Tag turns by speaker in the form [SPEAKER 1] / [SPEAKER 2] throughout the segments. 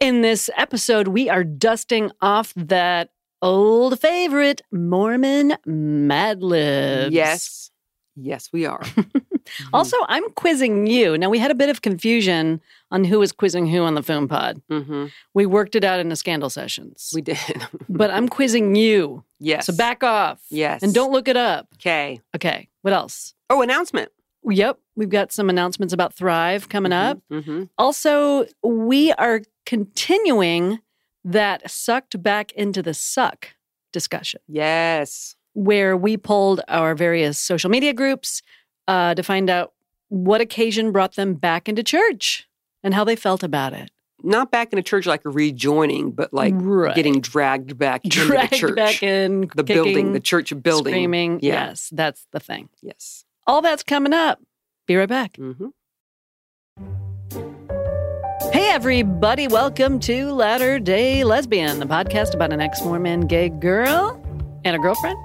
[SPEAKER 1] In this episode, we are dusting off that old favorite, Mormon Mad Libs.
[SPEAKER 2] Yes. Yes, we are. Mm-hmm.
[SPEAKER 1] Also, I'm quizzing you. Now, we had a bit of confusion on who was quizzing who on the film pod.
[SPEAKER 2] hmm
[SPEAKER 1] We worked it out in the scandal sessions.
[SPEAKER 2] We did.
[SPEAKER 1] but I'm quizzing you.
[SPEAKER 2] yes.
[SPEAKER 1] So back off.
[SPEAKER 2] Yes.
[SPEAKER 1] And don't look it up.
[SPEAKER 2] Okay.
[SPEAKER 1] Okay. What else?
[SPEAKER 2] Oh, announcement.
[SPEAKER 1] Yep. We've got some announcements about Thrive coming up.
[SPEAKER 2] hmm
[SPEAKER 1] Also, we are continuing that sucked back into the suck discussion
[SPEAKER 2] Yes.
[SPEAKER 1] where we polled our various social media groups uh, to find out what occasion brought them back into church and how they felt about it.
[SPEAKER 2] Not back in a church like rejoining, but like
[SPEAKER 1] Right.
[SPEAKER 2] getting dragged back into the
[SPEAKER 1] dragged
[SPEAKER 2] church.
[SPEAKER 1] back in,
[SPEAKER 2] the building, the church building.
[SPEAKER 1] screaming.
[SPEAKER 2] Yeah.
[SPEAKER 1] Yes, that's the thing.
[SPEAKER 2] Yes.
[SPEAKER 1] All that's coming up. Be right back.
[SPEAKER 2] hmm
[SPEAKER 1] Hey, everybody, welcome to Latter day Lesbian, the podcast about an ex Mormon gay girl and a girlfriend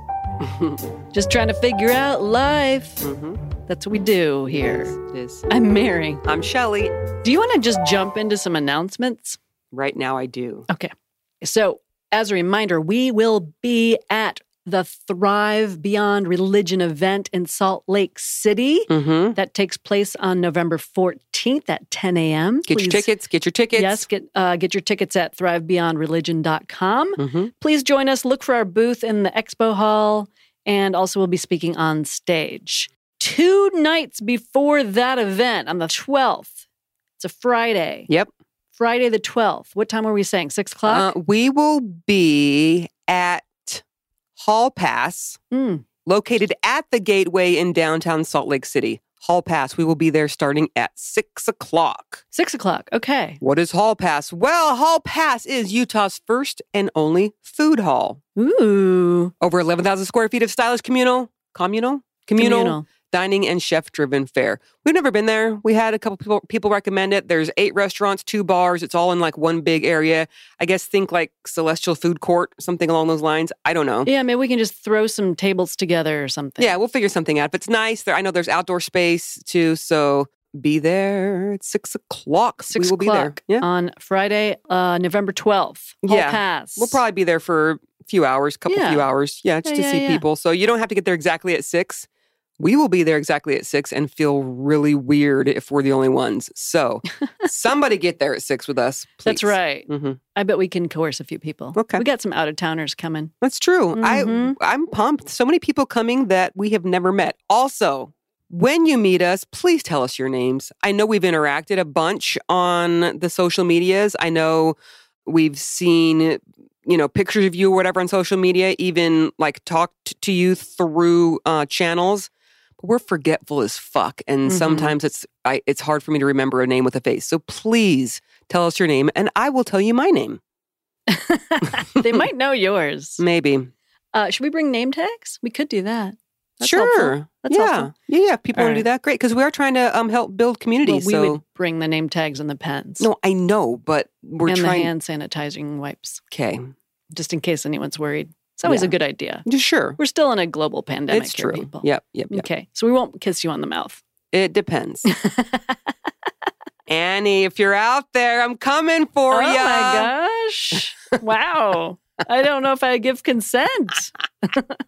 [SPEAKER 1] just trying to figure out life.
[SPEAKER 2] hmm
[SPEAKER 1] That's what we do here.
[SPEAKER 2] Yes, it is.
[SPEAKER 1] I'm Mary.
[SPEAKER 2] I'm Shelley.
[SPEAKER 1] Do you want to just jump into some announcements?
[SPEAKER 2] Right now, I do.
[SPEAKER 1] Okay. So, as a reminder, we will be at the Thrive Beyond Religion event in Salt Lake City.
[SPEAKER 2] Mm-hmm.
[SPEAKER 1] That takes place on November 14th at 10 a.m.
[SPEAKER 2] Get your
[SPEAKER 1] Please-
[SPEAKER 2] tickets. Get your tickets.
[SPEAKER 1] Yes, get, uh, get your tickets at thrivebeyondreligion.com.
[SPEAKER 2] hmm
[SPEAKER 1] Please join us. Look for our booth in the expo hall, and also we'll be speaking on stage. Two nights before that event, on the 12th, it's a Friday.
[SPEAKER 2] Yep.
[SPEAKER 1] Friday the 12th. What time are we saying? Six o'clock?
[SPEAKER 2] Uh, we will be at Hall Pass,
[SPEAKER 1] Hmm.
[SPEAKER 2] located at the Gateway in downtown Salt Lake City. Hall Pass, we will be there starting at six o'clock.
[SPEAKER 1] Six o'clock. Okay.
[SPEAKER 2] What is Hall Pass? Well, Hall Pass is Utah's first and only food hall.
[SPEAKER 1] Ooh.
[SPEAKER 2] Over 11,000 square feet of stylish communal, communal, communal,
[SPEAKER 1] Communal.
[SPEAKER 2] dining and chef driven fare. We've never been there. We had a couple people, people recommend it. There's eight restaurants, two bars. It's all in like one big area. I guess think like Celestial Food Court, something along those lines. I don't know.
[SPEAKER 1] Yeah, maybe we can just throw some tables together or something.
[SPEAKER 2] Yeah, we'll figure something out. If it's nice, there I know there's outdoor space too. So be there at six o'clock.
[SPEAKER 1] Six
[SPEAKER 2] we will
[SPEAKER 1] o'clock um,
[SPEAKER 2] be there. Yeah,
[SPEAKER 1] on Friday, uh, November 12th. Hall
[SPEAKER 2] Yeah.
[SPEAKER 1] Pass.
[SPEAKER 2] we'll probably be there for a few hours, couple
[SPEAKER 1] Yeah.
[SPEAKER 2] few hours. Yeah, just
[SPEAKER 1] Yeah,
[SPEAKER 2] to
[SPEAKER 1] yeah,
[SPEAKER 2] see
[SPEAKER 1] yeah.
[SPEAKER 2] people. So you don't have to get there exactly at six. We will be there exactly at six and feel really weird if we're the only ones. So somebody get there at six with us.
[SPEAKER 1] That's
[SPEAKER 2] please.
[SPEAKER 1] right.
[SPEAKER 2] Mhm.
[SPEAKER 1] I bet we can coerce a few people.
[SPEAKER 2] Okay.
[SPEAKER 1] We got some out of towners coming.
[SPEAKER 2] That's true.
[SPEAKER 1] Mhm.
[SPEAKER 2] I I'm pumped. So many people coming that we have never met. Also, when you meet us, please tell us your names. I know we've interacted a bunch on the social medias. I know we've seen you know pictures of you or whatever on social media, even like talked to you through uh, channels. But we're forgetful as fuck, and
[SPEAKER 1] Mhm.
[SPEAKER 2] sometimes it's I, it's hard for me to remember a name with a face. So please tell us your name, and I will tell you my name.
[SPEAKER 1] they might know yours.
[SPEAKER 2] Maybe.
[SPEAKER 1] Uh, should we bring name tags? We could do that. That's
[SPEAKER 2] sure.
[SPEAKER 1] helpful. That's
[SPEAKER 2] yeah.
[SPEAKER 1] helpful.
[SPEAKER 2] Yeah, yeah. People
[SPEAKER 1] All
[SPEAKER 2] want to do
[SPEAKER 1] right.
[SPEAKER 2] that. Great. Because we are trying to um, help build community.
[SPEAKER 1] Well, we
[SPEAKER 2] so,
[SPEAKER 1] would bring the name tags and the pens
[SPEAKER 2] no, I know, but we're
[SPEAKER 1] and
[SPEAKER 2] trying.
[SPEAKER 1] the hand sanitizing wipes,
[SPEAKER 2] Okay.
[SPEAKER 1] just in case anyone's worried. It's always a
[SPEAKER 2] Yeah.
[SPEAKER 1] good idea.
[SPEAKER 2] Yeah, Sure.
[SPEAKER 1] We're still in a global pandemic
[SPEAKER 2] It's
[SPEAKER 1] here,
[SPEAKER 2] true.
[SPEAKER 1] people. Mm.
[SPEAKER 2] Yep. Yep. yep.
[SPEAKER 1] Okay. So we won't kiss you on the mouth.
[SPEAKER 2] It depends. Annie, if you're out there, I'm coming for
[SPEAKER 1] oh
[SPEAKER 2] you.
[SPEAKER 1] my gosh. wow. I don't know if I give consent.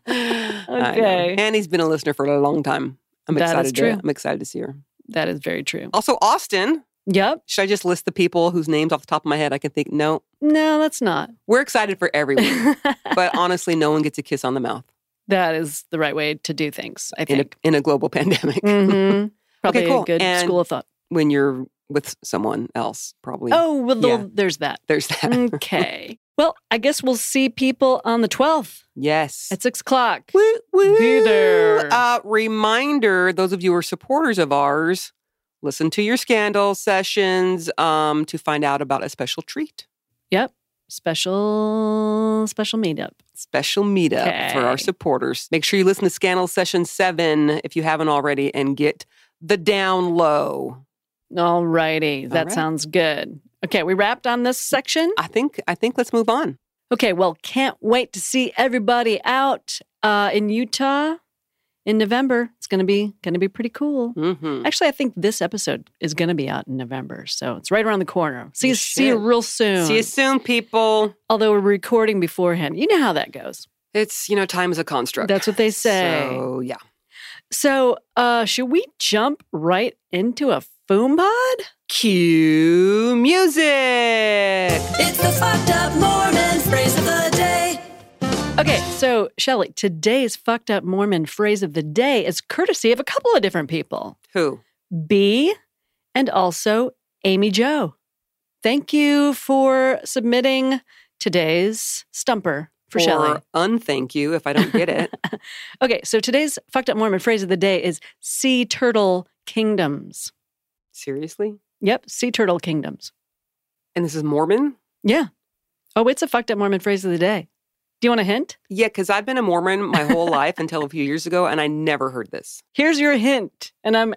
[SPEAKER 1] Okay.
[SPEAKER 2] Annie's been a listener for a long time. I'm
[SPEAKER 1] That is
[SPEAKER 2] excited.
[SPEAKER 1] true.
[SPEAKER 2] To, I'm excited to see her.
[SPEAKER 1] That is very true.
[SPEAKER 2] Also, Austin.
[SPEAKER 1] Yep.
[SPEAKER 2] Should I just list the people whose names off the top of my head I can think? No.
[SPEAKER 1] No, that's not.
[SPEAKER 2] We're excited for everyone, but honestly, no one gets a kiss on the mouth
[SPEAKER 1] that is the right way to do things, I
[SPEAKER 2] in a,
[SPEAKER 1] think.
[SPEAKER 2] in a global pandemic.
[SPEAKER 1] hmm Probably
[SPEAKER 2] cool.
[SPEAKER 1] a good
[SPEAKER 2] And-
[SPEAKER 1] school of thought.
[SPEAKER 2] when you're with someone else, probably.
[SPEAKER 1] Oh, mm, well, the-
[SPEAKER 2] Yeah.
[SPEAKER 1] there's that.
[SPEAKER 2] There's that.
[SPEAKER 1] Okay. well, I guess we'll see people on the 12th
[SPEAKER 2] Yes.
[SPEAKER 1] at 6 o'clock.
[SPEAKER 2] woo, woo.
[SPEAKER 1] Be there.
[SPEAKER 2] Uh, reminder those of you who are supporters of ours, listen to your scandal sessions um, to find out about a special treat,
[SPEAKER 1] Yep. Special, special meetup.
[SPEAKER 2] special meetup for our
[SPEAKER 1] Okay.
[SPEAKER 2] supporters. Make sure you listen to Scandal Session 7 if you haven't already and get the down low.
[SPEAKER 1] All righty. That
[SPEAKER 2] right.
[SPEAKER 1] sounds good. Okay. We wrapped on this section.
[SPEAKER 2] I think I think let's move on.
[SPEAKER 1] Okay. Well, can't wait to see everybody out uh, in Utah in November. It's going to be going to be pretty cool.
[SPEAKER 2] Mm-hmm.
[SPEAKER 1] Actually, I think this episode is going to be out in November, so it's right around the corner. See you,
[SPEAKER 2] You
[SPEAKER 1] see you
[SPEAKER 2] should.
[SPEAKER 1] real soon.
[SPEAKER 2] See you soon, people.
[SPEAKER 1] Although we're recording beforehand, you know how that goes.
[SPEAKER 2] It's, you know, time is a construct.
[SPEAKER 1] That's what they say.
[SPEAKER 2] So, yeah.
[SPEAKER 1] So, uh, should we jump right into a foom pod?
[SPEAKER 2] Cue music.
[SPEAKER 3] It's the fucked up Mormon phrase of the day.
[SPEAKER 1] Okay, so Shelly, today's fucked up Mormon phrase of the day is courtesy of a couple of different people,
[SPEAKER 2] Who?
[SPEAKER 1] B and also Amy Joe. Thank you for submitting today's stumper for
[SPEAKER 2] or
[SPEAKER 1] Shelly.
[SPEAKER 2] unthank you if I don't get it.
[SPEAKER 1] Okay, so today's fucked up Mormon phrase of the day is sea turtle kingdoms.
[SPEAKER 2] Seriously?
[SPEAKER 1] Yep, sea turtle kingdoms.
[SPEAKER 2] And this is Mormon?
[SPEAKER 1] Yeah. Oh, it's a fucked up Mormon phrase of the day. Do you want a hint?
[SPEAKER 2] Yeah, because I've been a Mormon my whole life until a few years ago, and I never heard this.
[SPEAKER 1] Here's your hint, and I'm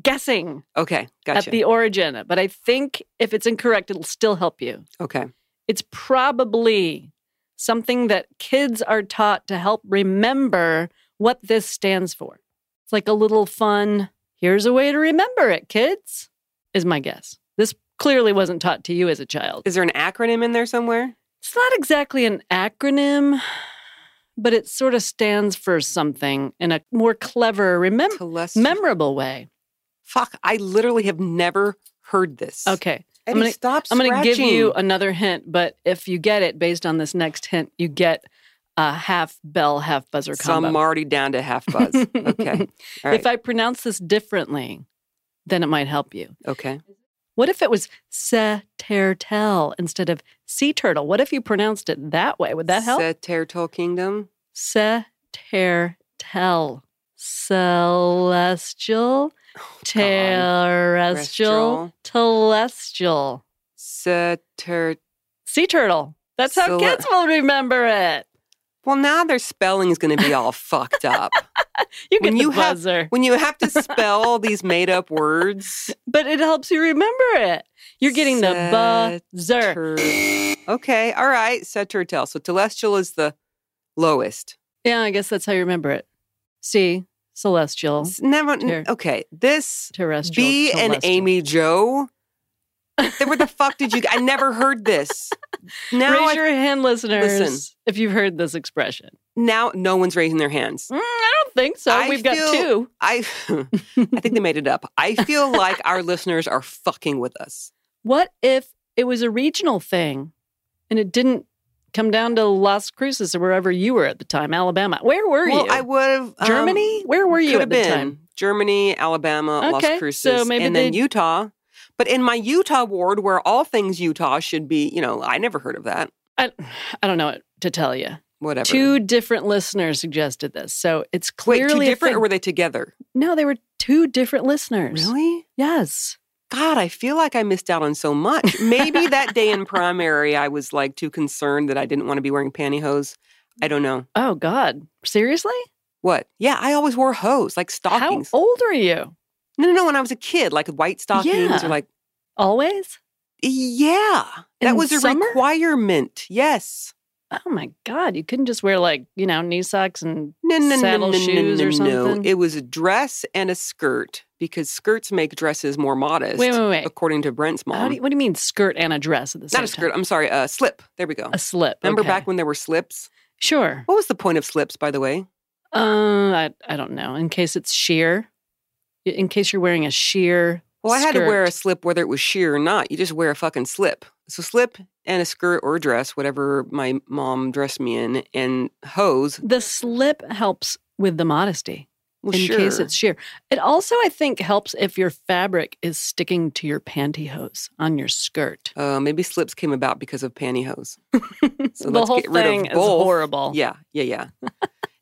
[SPEAKER 1] guessing
[SPEAKER 2] Okay, gotcha.
[SPEAKER 1] at the origin, but I think if it's incorrect, it'll still help you.
[SPEAKER 2] okay,
[SPEAKER 1] It's probably something that kids are taught to help remember what this stands for. It's like a little fun, here's a way to remember it, kids, is my guess. This clearly wasn't taught to you as a child.
[SPEAKER 2] is there an acronym in there somewhere?
[SPEAKER 1] It's not exactly an acronym, but it sort of stands for something in a more clever, remem-
[SPEAKER 2] Telest-
[SPEAKER 1] memorable way.
[SPEAKER 2] Fuck! I literally have never heard this.
[SPEAKER 1] Okay.
[SPEAKER 2] Eddie,
[SPEAKER 1] gonna-
[SPEAKER 2] stop.
[SPEAKER 1] I'm going to give you
[SPEAKER 2] scratching.
[SPEAKER 1] another hint, but if you get it based on this next hint, you get a half bell, half buzzer
[SPEAKER 2] So
[SPEAKER 1] combo.
[SPEAKER 2] I'm already down to half buzz. okay, all right.
[SPEAKER 1] If I pronounce this differently, then it might help you.
[SPEAKER 2] okay.
[SPEAKER 1] What if it was se tertel instead of sea turtle? What if you pronounced it that way? Would that help?
[SPEAKER 2] The Territorial Kingdom.
[SPEAKER 1] Se tertel. Celestial,
[SPEAKER 2] Oh,
[SPEAKER 1] terrestrial,
[SPEAKER 2] Terrestrial.
[SPEAKER 1] telestial.
[SPEAKER 2] Sater.
[SPEAKER 1] Sea turtle. That's how
[SPEAKER 2] Cele-
[SPEAKER 1] kids will remember it.
[SPEAKER 2] Well, now their spelling's going to be all fucked up.
[SPEAKER 1] You get
[SPEAKER 2] When
[SPEAKER 1] the
[SPEAKER 2] you have-
[SPEAKER 1] buzzer.
[SPEAKER 2] When you have to spell these made up words.
[SPEAKER 1] but it helps you remember it. You're getting the buzzer.
[SPEAKER 2] Tur- okay, all right. Set turtle. So telestial is the lowest.
[SPEAKER 1] Yeah, I guess that's how you remember it. See, celestial,
[SPEAKER 2] S- Never. n-
[SPEAKER 1] Ter-
[SPEAKER 2] okay, this
[SPEAKER 1] terrestrial.
[SPEAKER 2] B and
[SPEAKER 1] celestial.
[SPEAKER 2] Amy Joe. Then where the fuck did you? I never heard this. Now,
[SPEAKER 1] Raise
[SPEAKER 2] I-
[SPEAKER 1] your hand, listeners,
[SPEAKER 2] Listen.
[SPEAKER 1] if you've heard this expression.
[SPEAKER 2] now no one's raising their hands.
[SPEAKER 1] Mm, I don't think so.
[SPEAKER 2] I
[SPEAKER 1] We've got
[SPEAKER 2] feel-
[SPEAKER 1] two.
[SPEAKER 2] I, I think they made it up. I feel like our listeners are fucking with us.
[SPEAKER 1] What if it was a regional thing and it didn't come down to Las Cruces or wherever you were at the time, Alabama? Where were
[SPEAKER 2] well,
[SPEAKER 1] you?
[SPEAKER 2] I um, would have
[SPEAKER 1] Germany? Where were you
[SPEAKER 2] Could
[SPEAKER 1] at
[SPEAKER 2] have
[SPEAKER 1] the
[SPEAKER 2] been
[SPEAKER 1] time?
[SPEAKER 2] Germany, Alabama,
[SPEAKER 1] Okay,
[SPEAKER 2] Las Cruces,
[SPEAKER 1] so maybe
[SPEAKER 2] and then
[SPEAKER 1] they-
[SPEAKER 2] Utah. But in my Utah ward, where all things Utah should be, you know, I never heard of that.
[SPEAKER 1] I, I don't know what to tell you.
[SPEAKER 2] Whatever.
[SPEAKER 1] Two different listeners suggested this, so it's
[SPEAKER 2] Wait,
[SPEAKER 1] clearly
[SPEAKER 2] two
[SPEAKER 1] a
[SPEAKER 2] different,
[SPEAKER 1] thing.
[SPEAKER 2] or were they together?
[SPEAKER 1] No, they were two different listeners.
[SPEAKER 2] Really?
[SPEAKER 1] Yes.
[SPEAKER 2] God, I feel like I missed out on so much. Maybe that day in primary, I was like too concerned that I didn't want to be wearing pantyhose. I don't know.
[SPEAKER 1] Oh God. Seriously?
[SPEAKER 2] What? Yeah, I always wore hose, like stockings.
[SPEAKER 1] How old are you?
[SPEAKER 2] No, no, no. When I was a kid, like white stockings
[SPEAKER 1] Yeah.
[SPEAKER 2] or like,
[SPEAKER 1] Always?
[SPEAKER 2] yeah,
[SPEAKER 1] In
[SPEAKER 2] that was a
[SPEAKER 1] summer?
[SPEAKER 2] requirement. Yes.
[SPEAKER 1] Oh my God. You couldn't just wear like, you know, knee socks and
[SPEAKER 2] No, no, no,
[SPEAKER 1] Saddle
[SPEAKER 2] no, no,
[SPEAKER 1] shoes
[SPEAKER 2] no,
[SPEAKER 1] or
[SPEAKER 2] no.
[SPEAKER 1] something?
[SPEAKER 2] It was a dress and a skirt because skirts make dresses more modest,
[SPEAKER 1] wait, wait, wait.
[SPEAKER 2] according to Brent's
[SPEAKER 1] How
[SPEAKER 2] mom.
[SPEAKER 1] do you, what do you mean skirt and a dress at the same
[SPEAKER 2] Not a skirt.
[SPEAKER 1] time?
[SPEAKER 2] I'm sorry, a slip. There we go.
[SPEAKER 1] A slip.
[SPEAKER 2] Remember
[SPEAKER 1] okay.
[SPEAKER 2] back when there were slips?
[SPEAKER 1] Sure.
[SPEAKER 2] What was the point of slips, by the way?
[SPEAKER 1] Uh, I, I don't know. In case it's sheer. In case you're wearing a sheer.
[SPEAKER 2] Well, I had to wear a
[SPEAKER 1] skirt.
[SPEAKER 2] slip whether it was sheer or not. You just wear a fucking slip. So slip and a skirt or a dress, whatever my mom dressed me in, and hose.
[SPEAKER 1] The slip helps with the modesty.
[SPEAKER 2] Well,
[SPEAKER 1] in
[SPEAKER 2] sure.
[SPEAKER 1] case it's sheer. It also, I think, helps if your fabric is sticking to your pantyhose on your skirt.
[SPEAKER 2] uh, maybe slips came about because of pantyhose. So
[SPEAKER 1] the
[SPEAKER 2] let's
[SPEAKER 1] whole
[SPEAKER 2] get rid of
[SPEAKER 1] thing is
[SPEAKER 2] both.
[SPEAKER 1] horrible.
[SPEAKER 2] Yeah, yeah, yeah.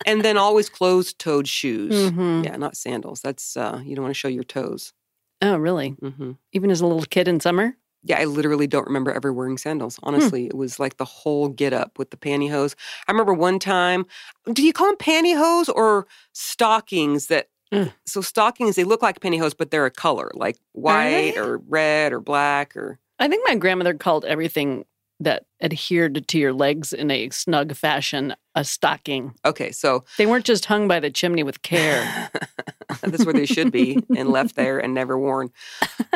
[SPEAKER 2] and then always closed-toed shoes.
[SPEAKER 1] Mhm.
[SPEAKER 2] Yeah, not sandals. That's uh, you don't want to show your toes.
[SPEAKER 1] Oh, really?
[SPEAKER 2] hmm
[SPEAKER 1] Even as a little kid in summer?
[SPEAKER 2] Yeah, I literally don't remember ever wearing sandals. Honestly, it was like the whole get up with the pantyhose. I remember one time. Do you call them pantyhose or stockings? That
[SPEAKER 1] Ugh.
[SPEAKER 2] so stockings they look like pantyhose, but they're a color like
[SPEAKER 1] they?
[SPEAKER 2] white or red or black or
[SPEAKER 1] I think my grandmother called everything that adhered to your legs in a snug fashion, a stocking.
[SPEAKER 2] Okay, so
[SPEAKER 1] They weren't just hung by the chimney with care.
[SPEAKER 2] that's where they should be and left there and never worn.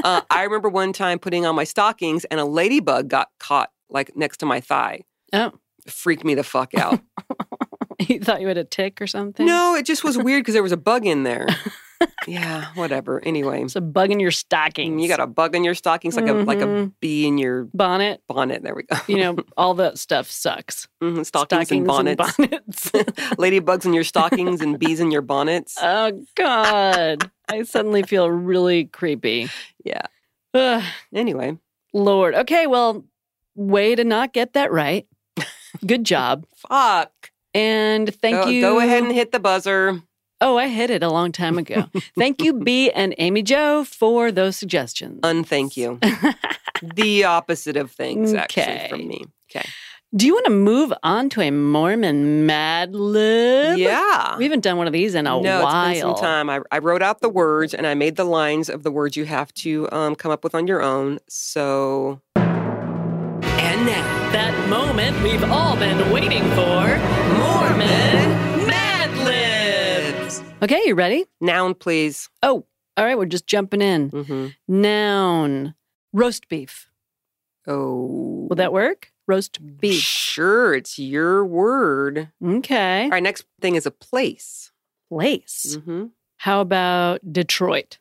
[SPEAKER 2] Uh, I remember one time putting on my stockings and a ladybug got caught like next to my thigh.
[SPEAKER 1] Oh.
[SPEAKER 2] Freaked me the fuck out.
[SPEAKER 1] you thought you had a tick or something?
[SPEAKER 2] no, it just was weird because there was a bug in there. yeah, whatever. Anyway, mm,
[SPEAKER 1] It's a bug in your stocking.
[SPEAKER 2] you got a bug in your stockings like a like a
[SPEAKER 1] Mhm.
[SPEAKER 2] bee in your
[SPEAKER 1] bonnet.
[SPEAKER 2] bonnet. There we go.
[SPEAKER 1] You know, all that stuff sucks.
[SPEAKER 2] Mhm, stockings, and bonnets.
[SPEAKER 1] bonnets.
[SPEAKER 2] Ladybugs in your stockings and bees in your bonnets.
[SPEAKER 1] oh, God. I suddenly feel really creepy.
[SPEAKER 2] Yeah.
[SPEAKER 1] Ugh,
[SPEAKER 2] Anyway,
[SPEAKER 1] Lord. Okay, well, way to not get that right. Good job.
[SPEAKER 2] fuck.
[SPEAKER 1] And thank
[SPEAKER 2] Go-
[SPEAKER 1] you.
[SPEAKER 2] Go ahead and hit the buzzer.
[SPEAKER 1] Oh, I hit it a long time ago. Thank you, B and Amy Joe, for those suggestions.
[SPEAKER 2] Uh, Unthank you. the opposite of things, actually,
[SPEAKER 1] Okay.
[SPEAKER 2] from me. Okay.
[SPEAKER 1] Do you want to move on to a Mormon Mad Lib?
[SPEAKER 2] Yeah.
[SPEAKER 1] We haven't done one of these in a
[SPEAKER 2] no,
[SPEAKER 1] while.
[SPEAKER 2] it's been some time. I, I wrote out the words and I made the lines of the words you have to um, come up with on your own. So, and now,
[SPEAKER 1] That moment we've all been waiting for Mormon Mad
[SPEAKER 2] libs.
[SPEAKER 1] Lib. Okay, you ready? Oh,
[SPEAKER 2] Noun, please.
[SPEAKER 1] All right, we're just jumping in.
[SPEAKER 2] hmm
[SPEAKER 1] Noun roast beef.
[SPEAKER 2] Oh,
[SPEAKER 1] Will that work? Roast beef.
[SPEAKER 2] sure. It's your word.
[SPEAKER 1] Okay.
[SPEAKER 2] All right. Next thing is a place.
[SPEAKER 1] Place.
[SPEAKER 2] hmm
[SPEAKER 1] How about Detroit?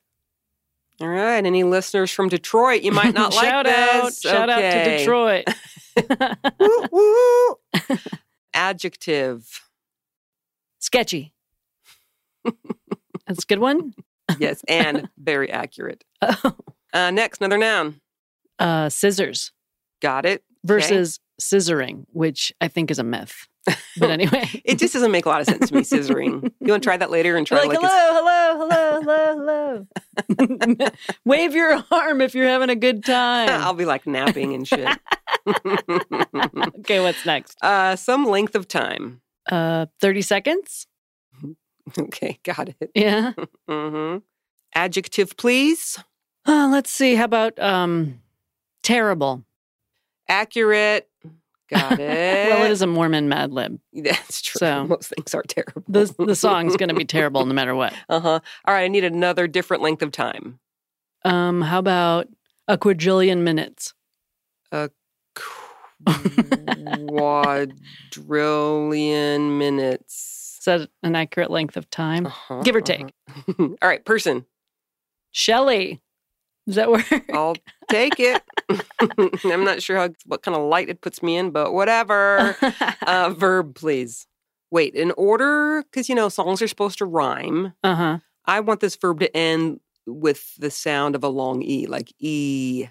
[SPEAKER 2] All right. Any listeners from Detroit? You might not like
[SPEAKER 1] shout out,
[SPEAKER 2] this.
[SPEAKER 1] shout out to
[SPEAKER 2] Okay.
[SPEAKER 1] Detroit.
[SPEAKER 2] Woo, woo. Adjective.
[SPEAKER 1] Sketchy. That's a good one.
[SPEAKER 2] Yes, and very accurate.
[SPEAKER 1] Oh,
[SPEAKER 2] Uh, next, another noun.
[SPEAKER 1] uh, scissors
[SPEAKER 2] Got it.
[SPEAKER 1] versus scissoring, which I think is a myth. But anyway,
[SPEAKER 2] It just doesn't make a lot of sense to me. Scissoring. You want to try that later and try
[SPEAKER 1] like,
[SPEAKER 2] like, a-
[SPEAKER 1] hello, hello, hello, hello, hello. Wave your arm if you're having a good time.
[SPEAKER 2] I'll be like napping and shit.
[SPEAKER 1] okay, what's next?
[SPEAKER 2] uh, some length of time.
[SPEAKER 1] Uh, thirty seconds.
[SPEAKER 2] Okay, got it.
[SPEAKER 1] Yeah.
[SPEAKER 2] hmm Adjective, please.
[SPEAKER 1] Uh, let's see. How about um, terrible?
[SPEAKER 2] Accurate. Got it.
[SPEAKER 1] Well, it is a Mormon Mad Lib.
[SPEAKER 2] That's true.
[SPEAKER 1] So-
[SPEAKER 2] Most things are terrible.
[SPEAKER 1] The the song's going to be terrible no matter what.
[SPEAKER 2] Uh huh. All right. I need another different length of time.
[SPEAKER 1] Um, how about a quadrillion minutes?
[SPEAKER 2] Quadrillion minutes.
[SPEAKER 1] Is that an accurate length of time?
[SPEAKER 2] Uh-huh,
[SPEAKER 1] Give or
[SPEAKER 2] uh-huh.
[SPEAKER 1] take.
[SPEAKER 2] All right, person.
[SPEAKER 1] Shelley. Does that work?
[SPEAKER 2] I'll take it. I'm not sure how, what kind of light it puts me in, but whatever.
[SPEAKER 1] uh
[SPEAKER 2] Uh, verb, please. Wait, in order, because you know songs are supposed to rhyme.
[SPEAKER 1] huh.
[SPEAKER 2] I want this verb to end with the sound of a long e, like e.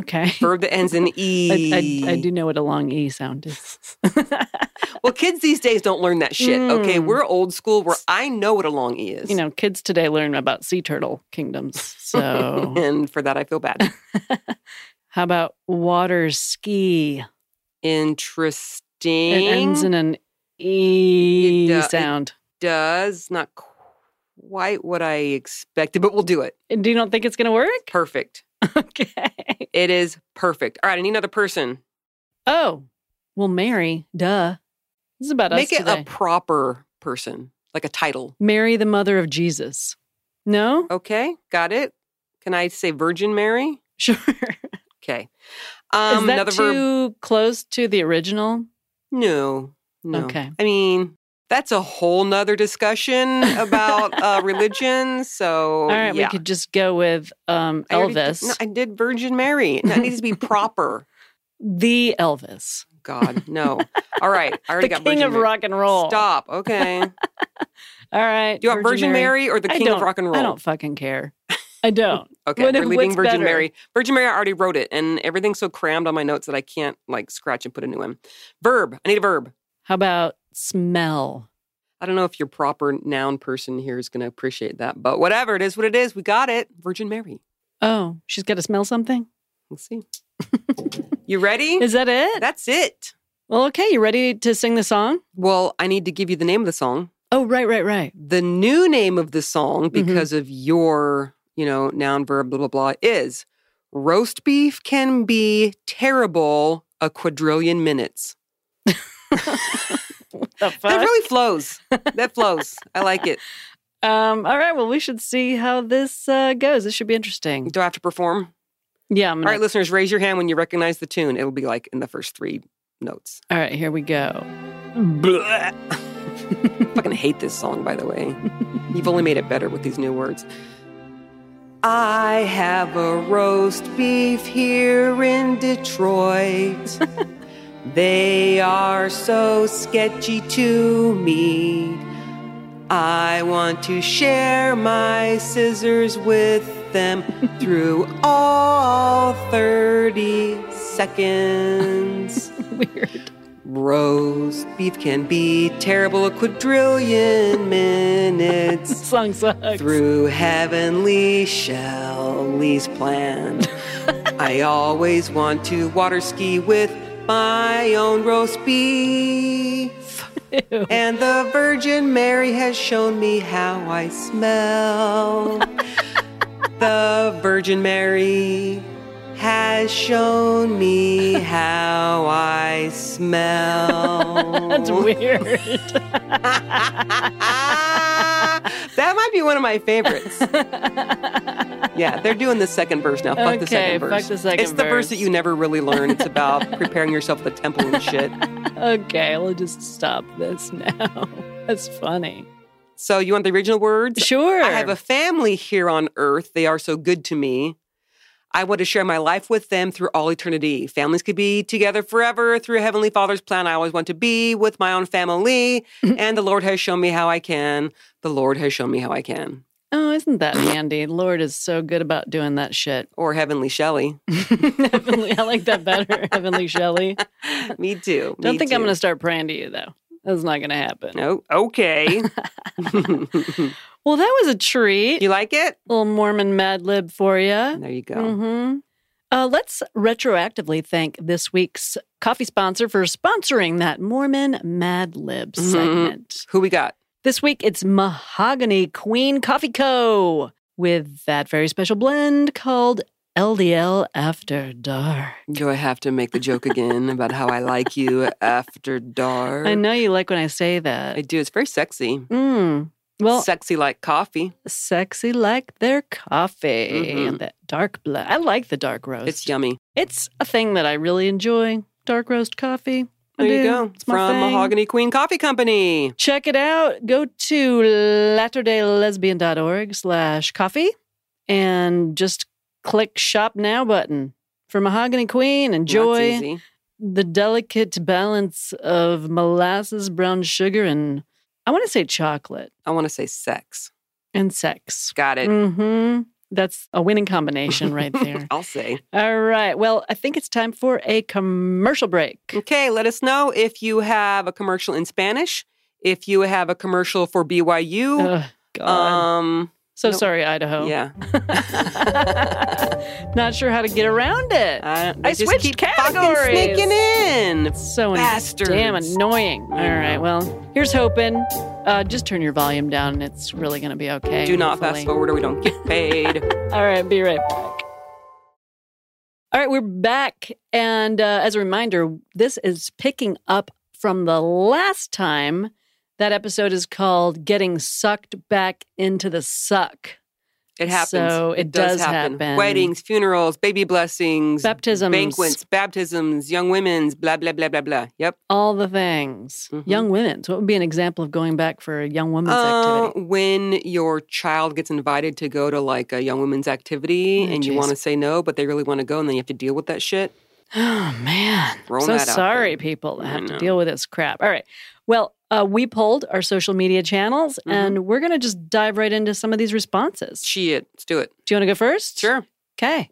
[SPEAKER 1] Okay.
[SPEAKER 2] Verb that ends in
[SPEAKER 1] I,
[SPEAKER 2] e.
[SPEAKER 1] I, I do know what a long E sound is.
[SPEAKER 2] Well, kids these days don't learn that shit. Okay,
[SPEAKER 1] Mm.
[SPEAKER 2] we're old school. Where I know what a long e is.
[SPEAKER 1] you know, kids today learn about sea turtle kingdoms. So,
[SPEAKER 2] and for that I feel bad.
[SPEAKER 1] how about water ski?
[SPEAKER 2] Interesting.
[SPEAKER 1] It ends in an E
[SPEAKER 2] It, uh, it-
[SPEAKER 1] sound.
[SPEAKER 2] Does not quite what I expected, but we'll do it.
[SPEAKER 1] And do you not think it's going to work?
[SPEAKER 2] Perfect.
[SPEAKER 1] Okay.
[SPEAKER 2] It is perfect. All right, I need another person.
[SPEAKER 1] Oh, well, Mary, duh. This is about us.
[SPEAKER 2] Make it
[SPEAKER 1] today.
[SPEAKER 2] a proper person, like a title.
[SPEAKER 1] Mary, the mother of Jesus. No?
[SPEAKER 2] Okay, got it. Can I say Virgin Mary?
[SPEAKER 1] Sure.
[SPEAKER 2] Okay.
[SPEAKER 1] Is
[SPEAKER 2] Um,
[SPEAKER 1] that
[SPEAKER 2] another verb.
[SPEAKER 1] too close to the original?
[SPEAKER 2] No, no.
[SPEAKER 1] Okay.
[SPEAKER 2] I mean, that's a whole nother discussion about uh, religion. So,
[SPEAKER 1] All right,
[SPEAKER 2] yeah.
[SPEAKER 1] we could just go with um,
[SPEAKER 2] I already did-
[SPEAKER 1] Elvis.
[SPEAKER 2] no, I did Virgin Mary. That needs to be proper.
[SPEAKER 1] the Elvis.
[SPEAKER 2] God, no. All right, I already
[SPEAKER 1] The
[SPEAKER 2] got
[SPEAKER 1] king
[SPEAKER 2] Virgin
[SPEAKER 1] of
[SPEAKER 2] Mary.
[SPEAKER 1] rock and roll.
[SPEAKER 2] Stop. Okay. Do
[SPEAKER 1] All right.
[SPEAKER 2] you want Virgin Mary, or the
[SPEAKER 1] I
[SPEAKER 2] king of
[SPEAKER 1] don't-
[SPEAKER 2] rock and roll?
[SPEAKER 1] I don't fucking care. I don't.
[SPEAKER 2] Okay,
[SPEAKER 1] What-
[SPEAKER 2] we're leaving
[SPEAKER 1] what's
[SPEAKER 2] Virgin
[SPEAKER 1] better?
[SPEAKER 2] Mary. Virgin Mary, I already wrote it, and everything's so crammed on my notes that I can't like scratch and put a new one. Verb. I need a verb.
[SPEAKER 1] How about smell?
[SPEAKER 2] I don't know if your proper noun person here is going to appreciate that, but whatever it is, what it is, we got it. Virgin Mary.
[SPEAKER 1] Oh, she's got to smell something?
[SPEAKER 2] Let's see. you ready?
[SPEAKER 1] Is that it?
[SPEAKER 2] That's it.
[SPEAKER 1] Well, okay. You ready to sing the song?
[SPEAKER 2] Well, I need to give you the name of the song.
[SPEAKER 1] Oh, right, right, right.
[SPEAKER 2] The new name of the song,
[SPEAKER 1] Mhm.
[SPEAKER 2] because of your, you know, noun, verb, blah, blah, blah, is roast beef can be terrible, a quadrillion minutes.
[SPEAKER 1] The fuck?
[SPEAKER 2] That really flows. That flows. I like it.
[SPEAKER 1] um, all right. Well, we should see how this uh, goes. This should be interesting.
[SPEAKER 2] Do I have to perform?
[SPEAKER 1] Yeah. I'm
[SPEAKER 2] All
[SPEAKER 1] gonna-
[SPEAKER 2] right, listeners, raise your hand when you recognize the tune. It'll be like in the first three notes.
[SPEAKER 1] all right. Here we go.
[SPEAKER 2] Blech. Fucking hate this song, by the way. You've only made it better with these new words. I have a roast beef here in Detroit. they are so sketchy to me. I want to share my scissors with them through all 30 seconds.
[SPEAKER 1] Weird.
[SPEAKER 2] Roast beef can be terrible a quadrillion minutes.
[SPEAKER 1] Song sucks.
[SPEAKER 2] Through heavenly Shelley's plan. I always want to water ski with my own roast beef.
[SPEAKER 1] Ew.
[SPEAKER 2] And the Virgin Mary has shown me how I smell. the Virgin Mary has shown me how I smell.
[SPEAKER 1] That's weird.
[SPEAKER 2] Ah, that might be one of my favorites. yeah, they're doing the second verse now. Fuck the
[SPEAKER 1] Okay,
[SPEAKER 2] second
[SPEAKER 1] fuck
[SPEAKER 2] verse.
[SPEAKER 1] the second
[SPEAKER 2] It's the verse that
[SPEAKER 1] verse.
[SPEAKER 2] you never really learn. It's about preparing yourself for the temple and shit.
[SPEAKER 1] okay, we'll just stop this now. That's funny.
[SPEAKER 2] So you want the original words?
[SPEAKER 1] Sure.
[SPEAKER 2] I have a family here on earth. They are so good to me. I want to share my life with them through all eternity. Families could be together forever through Heavenly Father's plan. I always want to be with my own family. and the Lord has shown me how I can. The Lord has shown me how I can.
[SPEAKER 1] oh, isn't that handy? Lord is so good about doing that shit.
[SPEAKER 2] Or Heavenly Shelley.
[SPEAKER 1] Heavenly, I like that better. Heavenly Shelley.
[SPEAKER 2] me too.
[SPEAKER 1] Don't
[SPEAKER 2] Me
[SPEAKER 1] think I'm
[SPEAKER 2] too.
[SPEAKER 1] going to start praying to you though. That's not going to happen.
[SPEAKER 2] No. Okay.
[SPEAKER 1] Well, that was a treat.
[SPEAKER 2] you like it?
[SPEAKER 1] little Mormon Mad Lib for you.
[SPEAKER 2] There you go.
[SPEAKER 1] Mm-hmm. Uh, let's retroactively thank this week's coffee sponsor for sponsoring that Mormon Mad Lib
[SPEAKER 2] Mhm.
[SPEAKER 1] segment.
[SPEAKER 2] Who we got?
[SPEAKER 1] This week it's Mahogany Queen Coffee Co. with that very special blend called LDL After Dark.
[SPEAKER 2] Do I have to make the joke again about how I like you after dark?
[SPEAKER 1] I know you like when I say
[SPEAKER 2] I
[SPEAKER 1] that.
[SPEAKER 2] do. It's very sexy.
[SPEAKER 1] Mm. Well,
[SPEAKER 2] sexy like coffee.
[SPEAKER 1] sexy like their coffee.
[SPEAKER 2] Mhm.
[SPEAKER 1] That dark blend. I like the dark roast.
[SPEAKER 2] It's yummy.
[SPEAKER 1] It's a thing that I really enjoy. Dark roast coffee. I
[SPEAKER 2] There you
[SPEAKER 1] do.
[SPEAKER 2] go.
[SPEAKER 1] It's my
[SPEAKER 2] From
[SPEAKER 1] thing.
[SPEAKER 2] Mahogany Queen Coffee Company.
[SPEAKER 1] Check it out. Go to latterdaylesbian.org slash coffee and just click shop now button for Mahogany Queen.
[SPEAKER 2] That's
[SPEAKER 1] Enjoy
[SPEAKER 2] easy.
[SPEAKER 1] the delicate balance of molasses, brown sugar, and I want to say chocolate
[SPEAKER 2] I want to say sex.
[SPEAKER 1] and sex.
[SPEAKER 2] Got it.
[SPEAKER 1] hmm That's a winning combination right there.
[SPEAKER 2] I'll say.
[SPEAKER 1] All right. Well, I think it's time for a commercial break.
[SPEAKER 2] Okay, let us know if you have a commercial in Spanish, if you have a commercial for BYU.
[SPEAKER 1] Ugh, Oh, God.
[SPEAKER 2] um,
[SPEAKER 1] so
[SPEAKER 2] no.
[SPEAKER 1] sorry, Idaho.
[SPEAKER 2] yeah.
[SPEAKER 1] Not sure how to get around it.
[SPEAKER 2] I,
[SPEAKER 1] I
[SPEAKER 2] just
[SPEAKER 1] switched
[SPEAKER 2] keep fucking
[SPEAKER 1] categories.
[SPEAKER 2] sneaking in.
[SPEAKER 1] so
[SPEAKER 2] Bastards.
[SPEAKER 1] damn annoying. All
[SPEAKER 2] I know.
[SPEAKER 1] right, well, here's hoping. Uh, just turn your volume down, and it's really going to be okay.
[SPEAKER 2] Do not
[SPEAKER 1] hopefully.
[SPEAKER 2] fast forward or we don't get paid.
[SPEAKER 1] All right, be right back. All right, we're back, and uh, as a reminder, this is picking up from the last time. That episode is called "Getting Sucked Back into the Suck."
[SPEAKER 2] It happens.
[SPEAKER 1] So it does happen.
[SPEAKER 2] Weddings, funerals, baby blessings,
[SPEAKER 1] Baptisms.
[SPEAKER 2] banquets, baptisms, young women's, blah, blah, blah, blah, blah. Yep.
[SPEAKER 1] all the things.
[SPEAKER 2] Mhm.
[SPEAKER 1] Young women. So what would be an example of going back for a young woman's
[SPEAKER 2] Uh,
[SPEAKER 1] activity?
[SPEAKER 2] when your child gets invited to go to like a young women's activity
[SPEAKER 1] Oh,
[SPEAKER 2] and you
[SPEAKER 1] geez.
[SPEAKER 2] want to say no, but they really want to go and then you have to deal with that shit.
[SPEAKER 1] Oh man,
[SPEAKER 2] Throwing
[SPEAKER 1] so
[SPEAKER 2] that out
[SPEAKER 1] sorry,
[SPEAKER 2] there.
[SPEAKER 1] people that
[SPEAKER 2] I
[SPEAKER 1] have to
[SPEAKER 2] know.
[SPEAKER 1] deal with this crap. All right. Well, uh, we polled our social media channels,
[SPEAKER 2] Mm-hmm.
[SPEAKER 1] and we're gonna just dive right into some of these responses.
[SPEAKER 2] Shit. Let's do it.
[SPEAKER 1] Do you want to go first?
[SPEAKER 2] Sure.
[SPEAKER 1] Okay.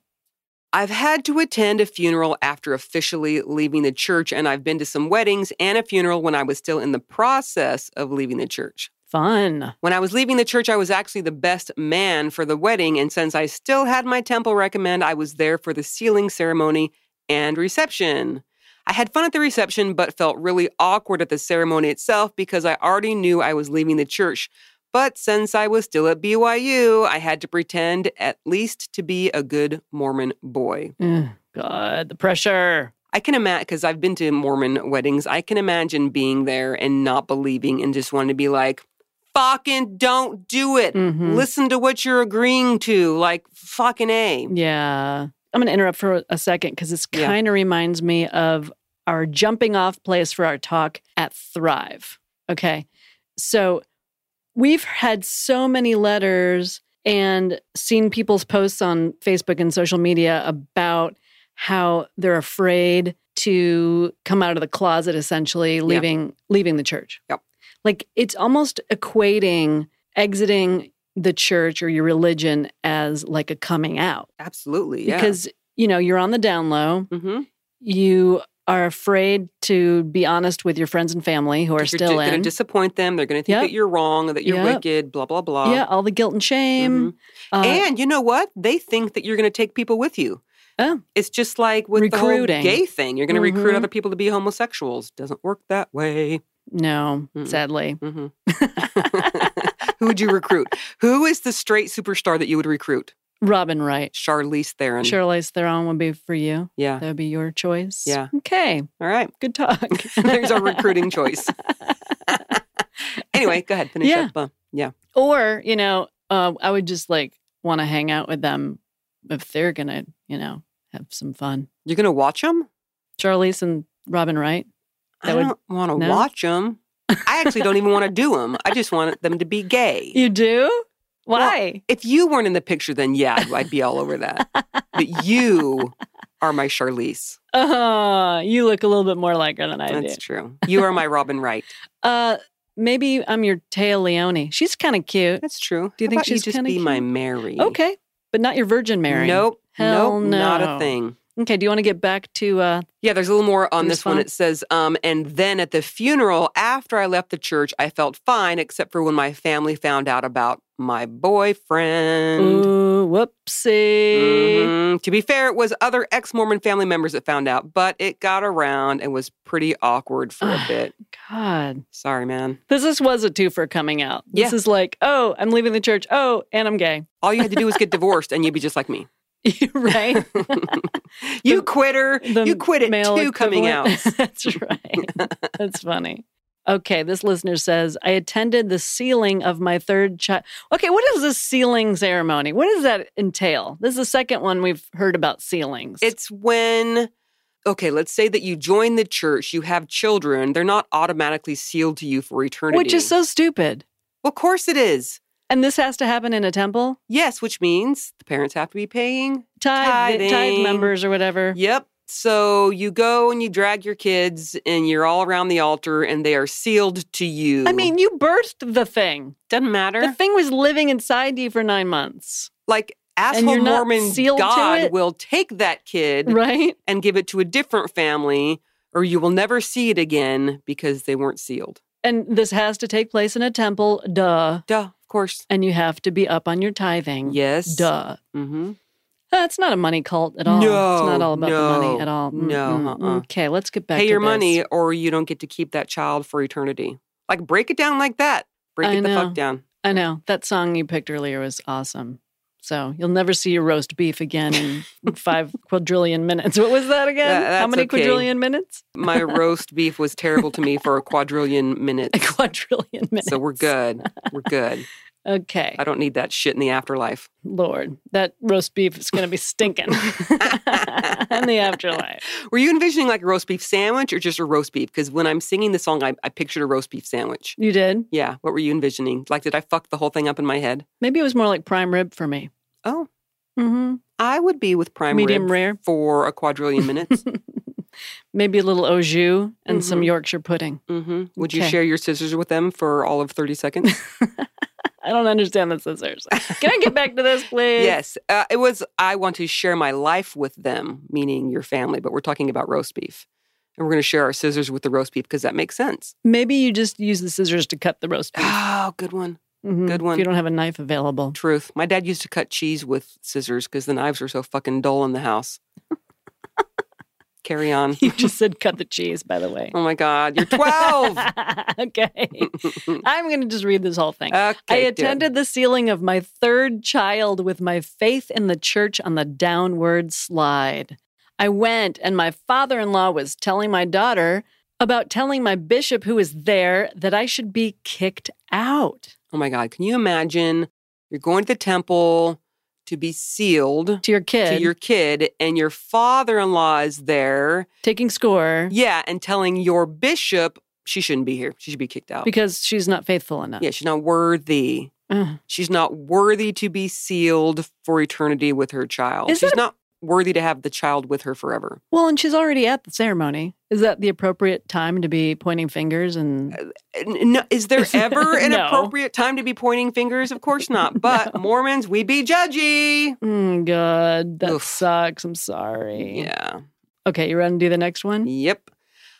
[SPEAKER 2] I've had to attend a funeral after officially leaving the church, and I've been to some weddings and a funeral when I was still in the process of leaving the church.
[SPEAKER 1] Fun.
[SPEAKER 2] When I was leaving the church, I was actually the best man for the wedding, and since I still had my temple recommend, I was there for the sealing ceremony and reception. I had fun at the reception, but felt really awkward at the ceremony itself because I already knew I was leaving the church. But since I was still at BYU, I had to pretend at least to be a good Mormon boy.
[SPEAKER 1] Ugh, God, the pressure.
[SPEAKER 2] I can imagine, because I've been to Mormon weddings, I can imagine being there and not believing and just wanting to be like, fucking don't do it.
[SPEAKER 1] Mhm.
[SPEAKER 2] Listen to what you're agreeing to. Like, fucking A.
[SPEAKER 1] Mm-hmm. Yeah. I'm going to interrupt for a second because this
[SPEAKER 2] Yeah.
[SPEAKER 1] kind of reminds me of our jumping off place for our talk at Thrive. Okay. So we've had so many letters and seen people's posts on Facebook and social media about how they're afraid to come out of the closet essentially leaving leaving the church.
[SPEAKER 2] Yep.
[SPEAKER 1] Like it's almost equating exiting the church or your religion as like a coming out
[SPEAKER 2] Absolutely. Yeah.
[SPEAKER 1] because you know you're on the down low
[SPEAKER 2] Mhm.
[SPEAKER 1] you are afraid to be honest with your friends and family who are
[SPEAKER 2] you're
[SPEAKER 1] still
[SPEAKER 2] going to
[SPEAKER 1] in
[SPEAKER 2] disappoint them. They're going to think
[SPEAKER 1] Yep.
[SPEAKER 2] that you're wrong, that you're
[SPEAKER 1] Yep.
[SPEAKER 2] wicked, blah, blah, blah.
[SPEAKER 1] yeah all the guilt and shame uh,
[SPEAKER 2] Mm-hmm. and you know what? They think that you're going to take people with you.
[SPEAKER 1] Oh.
[SPEAKER 2] It's just like with the
[SPEAKER 1] Recruiting.
[SPEAKER 2] whole gay thing. You're going to recruit
[SPEAKER 1] Mhm.
[SPEAKER 2] other people to be homosexuals. Doesn't work that way.
[SPEAKER 1] no
[SPEAKER 2] Mm.
[SPEAKER 1] sadly
[SPEAKER 2] hmm Who would you recruit? Who is the straight superstar that you would recruit?
[SPEAKER 1] robin wright
[SPEAKER 2] Charlize Theron.
[SPEAKER 1] Charlize Theron would be for you.
[SPEAKER 2] Yeah.
[SPEAKER 1] That would be your choice.
[SPEAKER 2] Yeah.
[SPEAKER 1] Okay.
[SPEAKER 2] All right.
[SPEAKER 1] Good talk.
[SPEAKER 2] There's our recruiting choice. anyway, go ahead. Finish
[SPEAKER 1] Yeah.
[SPEAKER 2] up. Uh, yeah.
[SPEAKER 1] or you know, uh, I would just like want to hang out with them if they're gonna, you know, have some fun.
[SPEAKER 2] You're going to watch them?
[SPEAKER 1] Charlize and Robin Wright.
[SPEAKER 2] I
[SPEAKER 1] That would-
[SPEAKER 2] don't want to
[SPEAKER 1] no?
[SPEAKER 2] watch them. I actually don't even want to do them. I just want them to be gay.
[SPEAKER 1] You do? Why?
[SPEAKER 2] If you weren't in the picture, then yeah, I'd- I'd be all over that. But you are my Charlize.
[SPEAKER 1] Uh, you look a little bit more like her than I
[SPEAKER 2] That's true. You are my Robin Wright.
[SPEAKER 1] do. Uh, maybe I'm your Taya Leone. She's kind of cute.
[SPEAKER 2] That's true.
[SPEAKER 1] Do you
[SPEAKER 2] How
[SPEAKER 1] think
[SPEAKER 2] about
[SPEAKER 1] she's
[SPEAKER 2] you just
[SPEAKER 1] kinda
[SPEAKER 2] be my
[SPEAKER 1] cute?
[SPEAKER 2] Mary?
[SPEAKER 1] Okay, but not your Virgin Mary.
[SPEAKER 2] Nope.
[SPEAKER 1] Hell
[SPEAKER 2] nope. Not
[SPEAKER 1] no.
[SPEAKER 2] a thing.
[SPEAKER 1] Okay, do you want to get back to uh,
[SPEAKER 2] Yeah, there's a little more on
[SPEAKER 1] There's
[SPEAKER 2] this one.
[SPEAKER 1] fun.
[SPEAKER 2] It says, um, and then at the funeral, after I left the church, I felt fine, except for when my family found out about my boyfriend.
[SPEAKER 1] ooh, whoopsie?
[SPEAKER 2] Mhm. To be fair, it was other ex Mormon family members that found out, but it got around and was pretty awkward for a bit.
[SPEAKER 1] God,
[SPEAKER 2] Sorry, man.
[SPEAKER 1] this is, was a twofer coming out. This
[SPEAKER 2] Yeah.
[SPEAKER 1] is like, oh, I'm leaving the church. Oh, and I'm gay.
[SPEAKER 2] All you had to do was get divorced, and you'd be just like me.
[SPEAKER 1] right?
[SPEAKER 2] You quitter.
[SPEAKER 1] The
[SPEAKER 2] You quit at
[SPEAKER 1] male
[SPEAKER 2] two coming out.
[SPEAKER 1] equivalent. That's right. That's funny. Okay, this listener says, I attended the sealing of my third child. Okay, what is this sealing ceremony? What does that entail? This is the second one we've heard about sealings.
[SPEAKER 2] It's when, okay, let's say that you join the church, you have children, they're not automatically sealed to you for eternity.
[SPEAKER 1] which is so stupid.
[SPEAKER 2] Well, of course it is.
[SPEAKER 1] And this has to happen in a temple?
[SPEAKER 2] Yes, which means the parents have to be paying.
[SPEAKER 1] Tithe, tithe
[SPEAKER 2] Tithing.
[SPEAKER 1] members or whatever.
[SPEAKER 2] Yep. So you go and you drag your kids, and you're all around the altar, and they are sealed to you.
[SPEAKER 1] I mean, you birthed the thing.
[SPEAKER 2] doesn't
[SPEAKER 1] The
[SPEAKER 2] matter.
[SPEAKER 1] thing was living inside you for nine months,
[SPEAKER 2] Like
[SPEAKER 1] you're
[SPEAKER 2] asshole
[SPEAKER 1] not
[SPEAKER 2] Mormon
[SPEAKER 1] sealed to it?
[SPEAKER 2] God will take that kid
[SPEAKER 1] right?
[SPEAKER 2] and give it to a different family, or you will never see it again because they weren't sealed.
[SPEAKER 1] And this has to take place in a temple, duh.
[SPEAKER 2] Duh. Of course.
[SPEAKER 1] And you have to be up on your tithing.
[SPEAKER 2] Yes.
[SPEAKER 1] Mm. Duh.
[SPEAKER 2] Mm-hmm.
[SPEAKER 1] Uh, it's not a money cult at all. it's
[SPEAKER 2] No,
[SPEAKER 1] not all about the money
[SPEAKER 2] no,
[SPEAKER 1] at all. Mm,
[SPEAKER 2] no,
[SPEAKER 1] mm,
[SPEAKER 2] uh-uh.
[SPEAKER 1] Okay, let's get back.
[SPEAKER 2] Pay
[SPEAKER 1] to
[SPEAKER 2] your
[SPEAKER 1] this.
[SPEAKER 2] money, or you don't get to keep that child for eternity. Like break it down like that. Break
[SPEAKER 1] I
[SPEAKER 2] it the
[SPEAKER 1] know.
[SPEAKER 2] fuck down.
[SPEAKER 1] I know that song you picked earlier was awesome. So you'll never see your roast beef again in five quadrillion minutes. What was that again?
[SPEAKER 2] That-
[SPEAKER 1] How
[SPEAKER 2] that's
[SPEAKER 1] many
[SPEAKER 2] okay.
[SPEAKER 1] quadrillion minutes?
[SPEAKER 2] My roast beef was terrible to me for a quadrillion minutes.
[SPEAKER 1] A quadrillion minutes.
[SPEAKER 2] So we're good. We're good.
[SPEAKER 1] Okay,
[SPEAKER 2] I don't need that shit in the afterlife.
[SPEAKER 1] Lord, that roast beef is going to be stinking in the afterlife.
[SPEAKER 2] Were you envisioning like a roast beef sandwich or just a roast beef? Because when I'm singing the song, I, I pictured a roast beef sandwich.
[SPEAKER 1] You did?
[SPEAKER 2] Yeah. What were you envisioning? Like, did I fuck the whole thing up in my head?
[SPEAKER 1] Maybe it was more like prime rib for me.
[SPEAKER 2] Oh,
[SPEAKER 1] Mm-hmm.
[SPEAKER 2] I would be with prime
[SPEAKER 1] Medium
[SPEAKER 2] rib
[SPEAKER 1] rare.
[SPEAKER 2] for a quadrillion minutes.
[SPEAKER 1] Maybe a little au jus and some
[SPEAKER 2] Mhm.
[SPEAKER 1] Yorkshire pudding.
[SPEAKER 2] hmm Would you
[SPEAKER 1] Okay.
[SPEAKER 2] share your scissors with them for all of 30 seconds?
[SPEAKER 1] I don't understand the scissors. Can I get back to this, please?
[SPEAKER 2] yes. Uh, it was, I want to share my life with them, meaning your family, but we're talking about roast beef. And we're going to share our scissors with the roast beef because that makes sense.
[SPEAKER 1] Maybe you just use the scissors to cut the roast beef.
[SPEAKER 2] Oh, good one.
[SPEAKER 1] Mhm,
[SPEAKER 2] good
[SPEAKER 1] If
[SPEAKER 2] one.
[SPEAKER 1] you don't have a knife available.
[SPEAKER 2] Truth. My dad used to cut cheese with scissors because the knives were so fucking dull in the house. Carry on.
[SPEAKER 1] You just said cut the cheese, by the way.
[SPEAKER 2] Oh my God, you're 12.
[SPEAKER 1] okay. I'm going to just read this whole thing.
[SPEAKER 2] okay,
[SPEAKER 1] I
[SPEAKER 2] good.
[SPEAKER 1] attended the sealing of my third child with my faith in the church on the downward slide. I went, and my father in law was telling my daughter about telling my bishop, who was there, that I should be kicked out.
[SPEAKER 2] Oh my God. Can you imagine you're going to the temple to be sealed
[SPEAKER 1] To your kid,
[SPEAKER 2] to your kid, and your father in law is there?
[SPEAKER 1] taking score
[SPEAKER 2] Yeah. And telling your bishop she shouldn't be here. She should be kicked out.
[SPEAKER 1] because she's not faithful enough.
[SPEAKER 2] yeah, she's not worthy.
[SPEAKER 1] Ugh.
[SPEAKER 2] She's not worthy to be sealed for eternity with her child.
[SPEAKER 1] Is
[SPEAKER 2] she's
[SPEAKER 1] that-
[SPEAKER 2] not worthy to have the child with her forever.
[SPEAKER 1] Well, and she's already at the ceremony. Is that the appropriate time to be pointing fingers? And
[SPEAKER 2] Uh, N- no- is there ever an
[SPEAKER 1] No.
[SPEAKER 2] appropriate time to be pointing fingers? Of course not. But Mormons, we be judgy.
[SPEAKER 1] Mm, God, that
[SPEAKER 2] Oof.
[SPEAKER 1] sucks. I'm sorry.
[SPEAKER 2] Yeah.
[SPEAKER 1] Okay, you ready to do the next one?
[SPEAKER 2] Yep.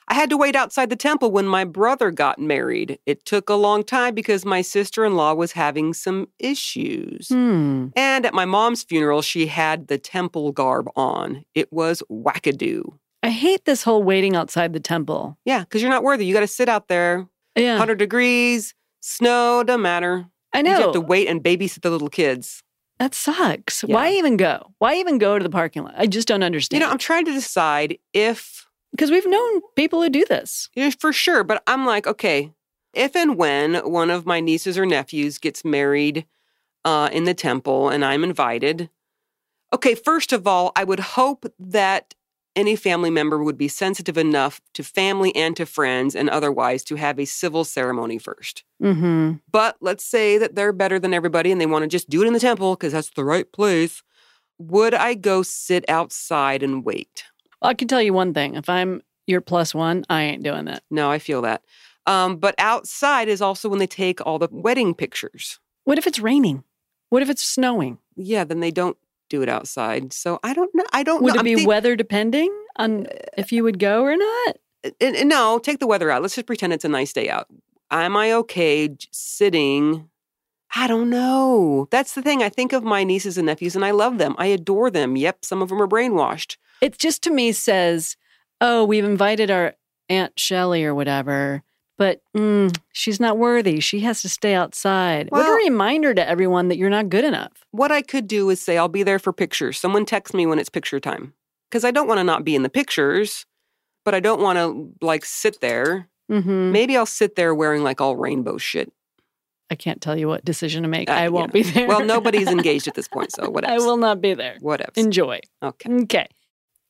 [SPEAKER 2] I had to wait outside the temple when my brother got married. It took a long time because my sister in law was having some issues.
[SPEAKER 1] Hmm.
[SPEAKER 2] And at my mom's funeral, she had the temple garb on. It was wackadoo.
[SPEAKER 1] I hate this whole waiting outside the temple.
[SPEAKER 2] Yeah, because you're not worthy. You got to sit out there,
[SPEAKER 1] Yeah,
[SPEAKER 2] 100 degrees, snow, doesn't matter.
[SPEAKER 1] I
[SPEAKER 2] You just have
[SPEAKER 1] know.
[SPEAKER 2] to wait and babysit the little kids.
[SPEAKER 1] that sucks.
[SPEAKER 2] Yeah.
[SPEAKER 1] Why even go? Why even go to the parking lot? I just don't
[SPEAKER 2] You
[SPEAKER 1] understand.
[SPEAKER 2] know, I'm trying to decide if,
[SPEAKER 1] because we've known people who do this.
[SPEAKER 2] if Eh, for sure, but I'm like, okay, if and when one of my nieces or nephews gets married uh, in the temple and I'm invited, okay, first of all, I would hope that any family member would be sensitive enough to family and to friends and otherwise to have a civil ceremony first.
[SPEAKER 1] Mm-hmm.
[SPEAKER 2] But let's say that they're better than everybody and they want to just do it in the temple because that's the right place. Would I go sit outside and wait?
[SPEAKER 1] Well, I can tell you one thing. If I'm your plus one, I ain't doing that.
[SPEAKER 2] No, I feel that. Um, but outside is also when they take all the wedding pictures.
[SPEAKER 1] What if it's raining? What if it's snowing?
[SPEAKER 2] Yeah, then they don't do it outside. So I don't know. I don't
[SPEAKER 1] Would
[SPEAKER 2] know.
[SPEAKER 1] it
[SPEAKER 2] I'm
[SPEAKER 1] be
[SPEAKER 2] think-
[SPEAKER 1] weather depending on if you would go or not?
[SPEAKER 2] uh, uh, No, take the weather out. Let's just pretend it's a nice day out. Am I okay j- sitting? I don't know. That's the thing. I think of my nieces and nephews and I love them. I adore them. Yep, some of them are brainwashed.
[SPEAKER 1] It just to me says, oh, we've invited our Aunt Shelley or whatever, but mm, she's not worthy. She has to stay outside. what
[SPEAKER 2] Well-
[SPEAKER 1] a reminder to everyone that you're not good enough.
[SPEAKER 2] What I could do is say, I'll be there for pictures. Someone text me when it's picture time because I don't want to not be in the pictures, but I don't want to like sit there.
[SPEAKER 1] hmm
[SPEAKER 2] Maybe I'll sit there wearing like all rainbow shit.
[SPEAKER 1] I can't tell you what decision to make.
[SPEAKER 2] Uh,
[SPEAKER 1] I
[SPEAKER 2] yeah.
[SPEAKER 1] won't be there.
[SPEAKER 2] Well, nobody's engaged at this point, so whatever.
[SPEAKER 1] I will not be there.
[SPEAKER 2] Whatever.
[SPEAKER 1] Enjoy.
[SPEAKER 2] Okay.
[SPEAKER 1] Okay.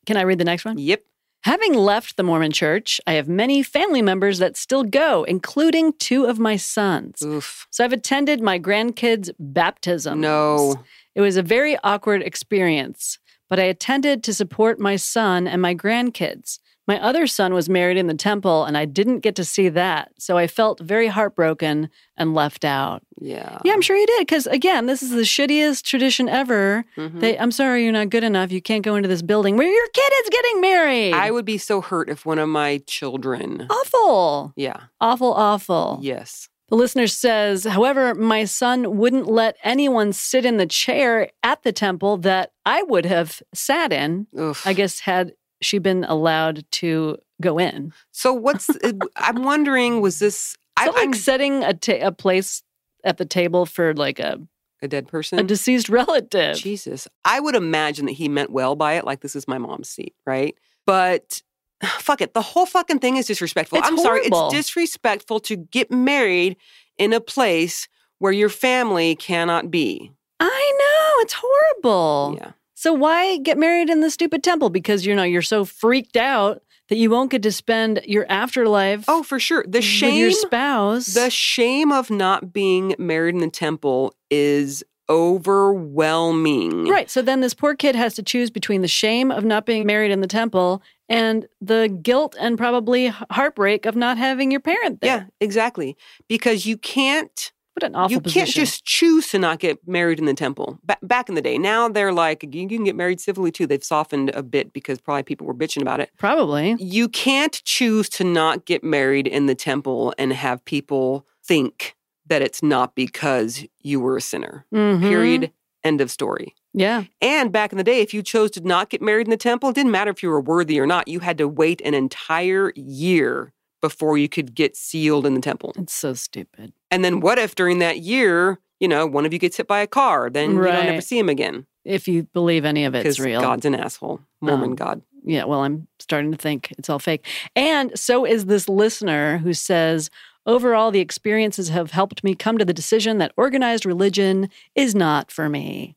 [SPEAKER 1] Can I read the next one?
[SPEAKER 2] Yep.
[SPEAKER 1] Having left the Mormon church, I have many family members that still go, including two of my sons.
[SPEAKER 2] Oof.
[SPEAKER 1] So I've attended my grandkids' baptism.
[SPEAKER 2] No.
[SPEAKER 1] It was a very awkward experience, but I attended to support my son and my grandkids. My other son was married in the temple, and I didn't get to see that. So I felt very heartbroken and left out.
[SPEAKER 2] Yeah.
[SPEAKER 1] Yeah, I'm sure you did. Because again, this is the shittiest tradition ever.
[SPEAKER 2] Mhm.
[SPEAKER 1] They, I'm sorry, you're not good enough. You can't go into this building where your kid is getting married.
[SPEAKER 2] I would be so hurt if one of my children.
[SPEAKER 1] awful,
[SPEAKER 2] Yeah.
[SPEAKER 1] awful, Oh. awful.
[SPEAKER 2] Yes.
[SPEAKER 1] The listener says, however, my son wouldn't let anyone sit in the chair at the temple that I would have sat in,
[SPEAKER 2] Oof.
[SPEAKER 1] I guess, had she been allowed to go in.
[SPEAKER 2] So what's? uh, I'm wondering. Was this? I,
[SPEAKER 1] So, like
[SPEAKER 2] I'm
[SPEAKER 1] setting a, ta- a place at the table for like a,
[SPEAKER 2] a dead person.
[SPEAKER 1] a deceased relative.
[SPEAKER 2] Jesus. I would imagine that he meant well by it, like this is my mom's seat, right? But fuck it. The whole fucking thing is disrespectful.
[SPEAKER 1] It's
[SPEAKER 2] I'm
[SPEAKER 1] horrible.
[SPEAKER 2] sorry. It's disrespectful to get married in a place where your family cannot be.
[SPEAKER 1] I know, it's horrible.
[SPEAKER 2] Yeah.
[SPEAKER 1] So why get married in the stupid temple? Because you know you're so freaked out that you won't get to spend your afterlife
[SPEAKER 2] Oh, for sure. The
[SPEAKER 1] with your
[SPEAKER 2] shame
[SPEAKER 1] spouse.
[SPEAKER 2] the shame of not being married in the temple is overwhelming.
[SPEAKER 1] Right. So then this poor kid has to choose between the shame of not being married in the temple and the guilt and probably h- heartbreak of not having your parent there.
[SPEAKER 2] Yeah, exactly. Because you can't
[SPEAKER 1] What an awful
[SPEAKER 2] you
[SPEAKER 1] position.
[SPEAKER 2] can't just choose to not get married in the temple. Ba- back in the day, now they're like you you can get married civilly too. They've softened a bit because probably people were bitching about it.
[SPEAKER 1] probably.
[SPEAKER 2] You can't choose to not get married in the temple and have people think that it's not because you were a sinner.
[SPEAKER 1] Mhm.
[SPEAKER 2] Period. End of story.
[SPEAKER 1] Yeah.
[SPEAKER 2] And back in the day, if you chose to not get married in the temple, it didn't matter if you were worthy or not. You had to wait an entire year before you could get sealed in the temple.
[SPEAKER 1] It's so stupid.
[SPEAKER 2] And then what if during that year, you know, one of you gets hit by a car, then you don't ever
[SPEAKER 1] Right.
[SPEAKER 2] see him again
[SPEAKER 1] If you believe any of it's real.
[SPEAKER 2] God's an asshole, Mormon
[SPEAKER 1] Um,
[SPEAKER 2] God.
[SPEAKER 1] yeah, well, I'm starting to think it's all fake. And so is this listener who says, overall, the experiences have helped me come to the decision that organized religion is not for me.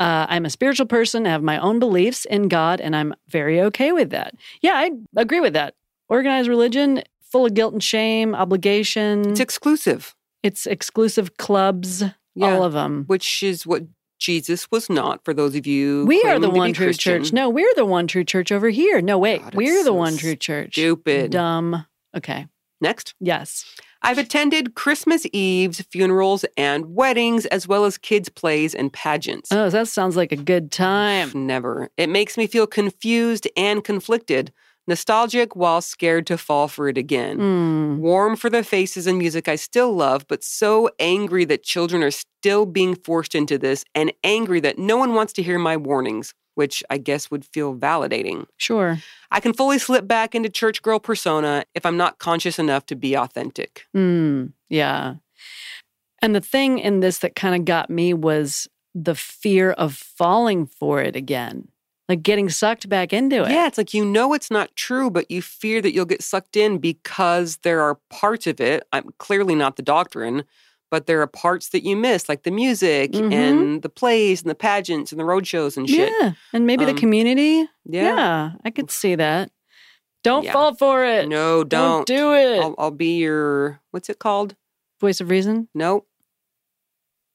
[SPEAKER 1] Uh, I'm a spiritual person, I have my own beliefs in God, and I'm very okay with that. Yeah, I agree with that. Organized religion, full of guilt and shame, obligation.
[SPEAKER 2] It's
[SPEAKER 1] Oh,
[SPEAKER 2] exclusive,
[SPEAKER 1] It's exclusive clubs,
[SPEAKER 2] Yeah.
[SPEAKER 1] all of them.
[SPEAKER 2] which is what Jesus was not. For those of you, who
[SPEAKER 1] We are
[SPEAKER 2] claim
[SPEAKER 1] the
[SPEAKER 2] to be
[SPEAKER 1] one true
[SPEAKER 2] Christian.
[SPEAKER 1] church. No, we're the one true church over here. No, wait,
[SPEAKER 2] God, it's
[SPEAKER 1] we're the
[SPEAKER 2] so
[SPEAKER 1] one true church.
[SPEAKER 2] stupid.
[SPEAKER 1] Dumb. Okay.
[SPEAKER 2] Next,
[SPEAKER 1] Yes.
[SPEAKER 2] I've attended Christmas Eves, funerals, and weddings, as well as kids' plays and pageants.
[SPEAKER 1] Oh, that sounds like a good time.
[SPEAKER 2] Never. It makes me feel confused and conflicted, nostalgic while scared to fall for it again.
[SPEAKER 1] Hmm.
[SPEAKER 2] Warm for the faces and music I still love, but so angry that children are still being forced into this and angry that no one wants to hear my warnings, which I guess would feel validating.
[SPEAKER 1] Sure.
[SPEAKER 2] I can fully slip back into church girl persona if I'm not conscious enough to be authentic.
[SPEAKER 1] Mm, yeah. And the thing in this that kind of got me was the fear of falling for it again, like getting sucked back into it.
[SPEAKER 2] Yeah, it's like you know it's not true, but you fear that you'll get sucked in because there are parts of it. I'm clearly not the doctrine, but there are parts that you miss, like the music
[SPEAKER 1] Mhm.
[SPEAKER 2] and the plays and the pageants and the road shows and shit.
[SPEAKER 1] Yeah. And maybe
[SPEAKER 2] Um,
[SPEAKER 1] the community.
[SPEAKER 2] Yeah.
[SPEAKER 1] I could see that. Don't
[SPEAKER 2] Yeah.
[SPEAKER 1] fall for it.
[SPEAKER 2] No, don't.
[SPEAKER 1] do it.
[SPEAKER 2] I'll, I'll be your what's it called?
[SPEAKER 1] voice of reason.
[SPEAKER 2] No.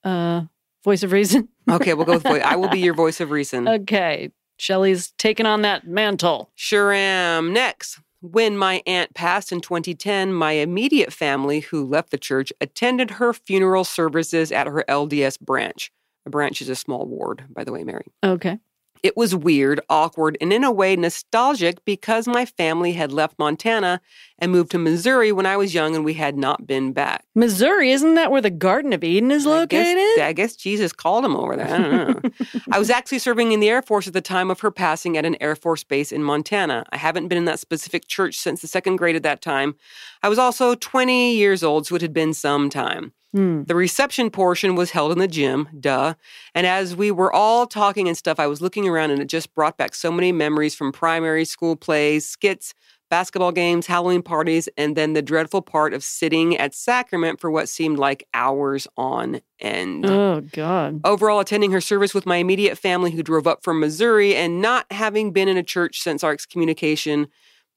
[SPEAKER 1] Uh, voice of reason.
[SPEAKER 2] Okay, we'll go with voice. I will be your voice of reason.
[SPEAKER 1] Okay. Shelley's taking on that mantle.
[SPEAKER 2] Sure am. Next. When my aunt passed in 2010, my immediate family, who left the church, attended her funeral services at her LDS branch. A branch is a small ward, by the way, Mary.
[SPEAKER 1] Okay.
[SPEAKER 2] It was weird, awkward, and in a way nostalgic because my family had left Montana and moved to Missouri when I was young and we had not been back.
[SPEAKER 1] Missouri, isn't that where the Garden of Eden is
[SPEAKER 2] I
[SPEAKER 1] located?
[SPEAKER 2] guess, I guess Jesus called him over there. I don't know. I was actually serving in the Air Force at the time of her passing at an Air Force base in Montana. I haven't been in that specific church since the second grade at that time. I was also 20 years old, so it had been some time.
[SPEAKER 1] Hmm.
[SPEAKER 2] The reception portion was held in the gym, duh. And as we were all talking and stuff, I was looking around and it just brought back so many memories from primary school plays, skits, basketball games, Halloween parties, and then the dreadful part of sitting at sacrament for what seemed like hours on end.
[SPEAKER 1] Oh, God.
[SPEAKER 2] Overall, attending her service with my immediate family who drove up from Missouri and not having been in a church since our excommunication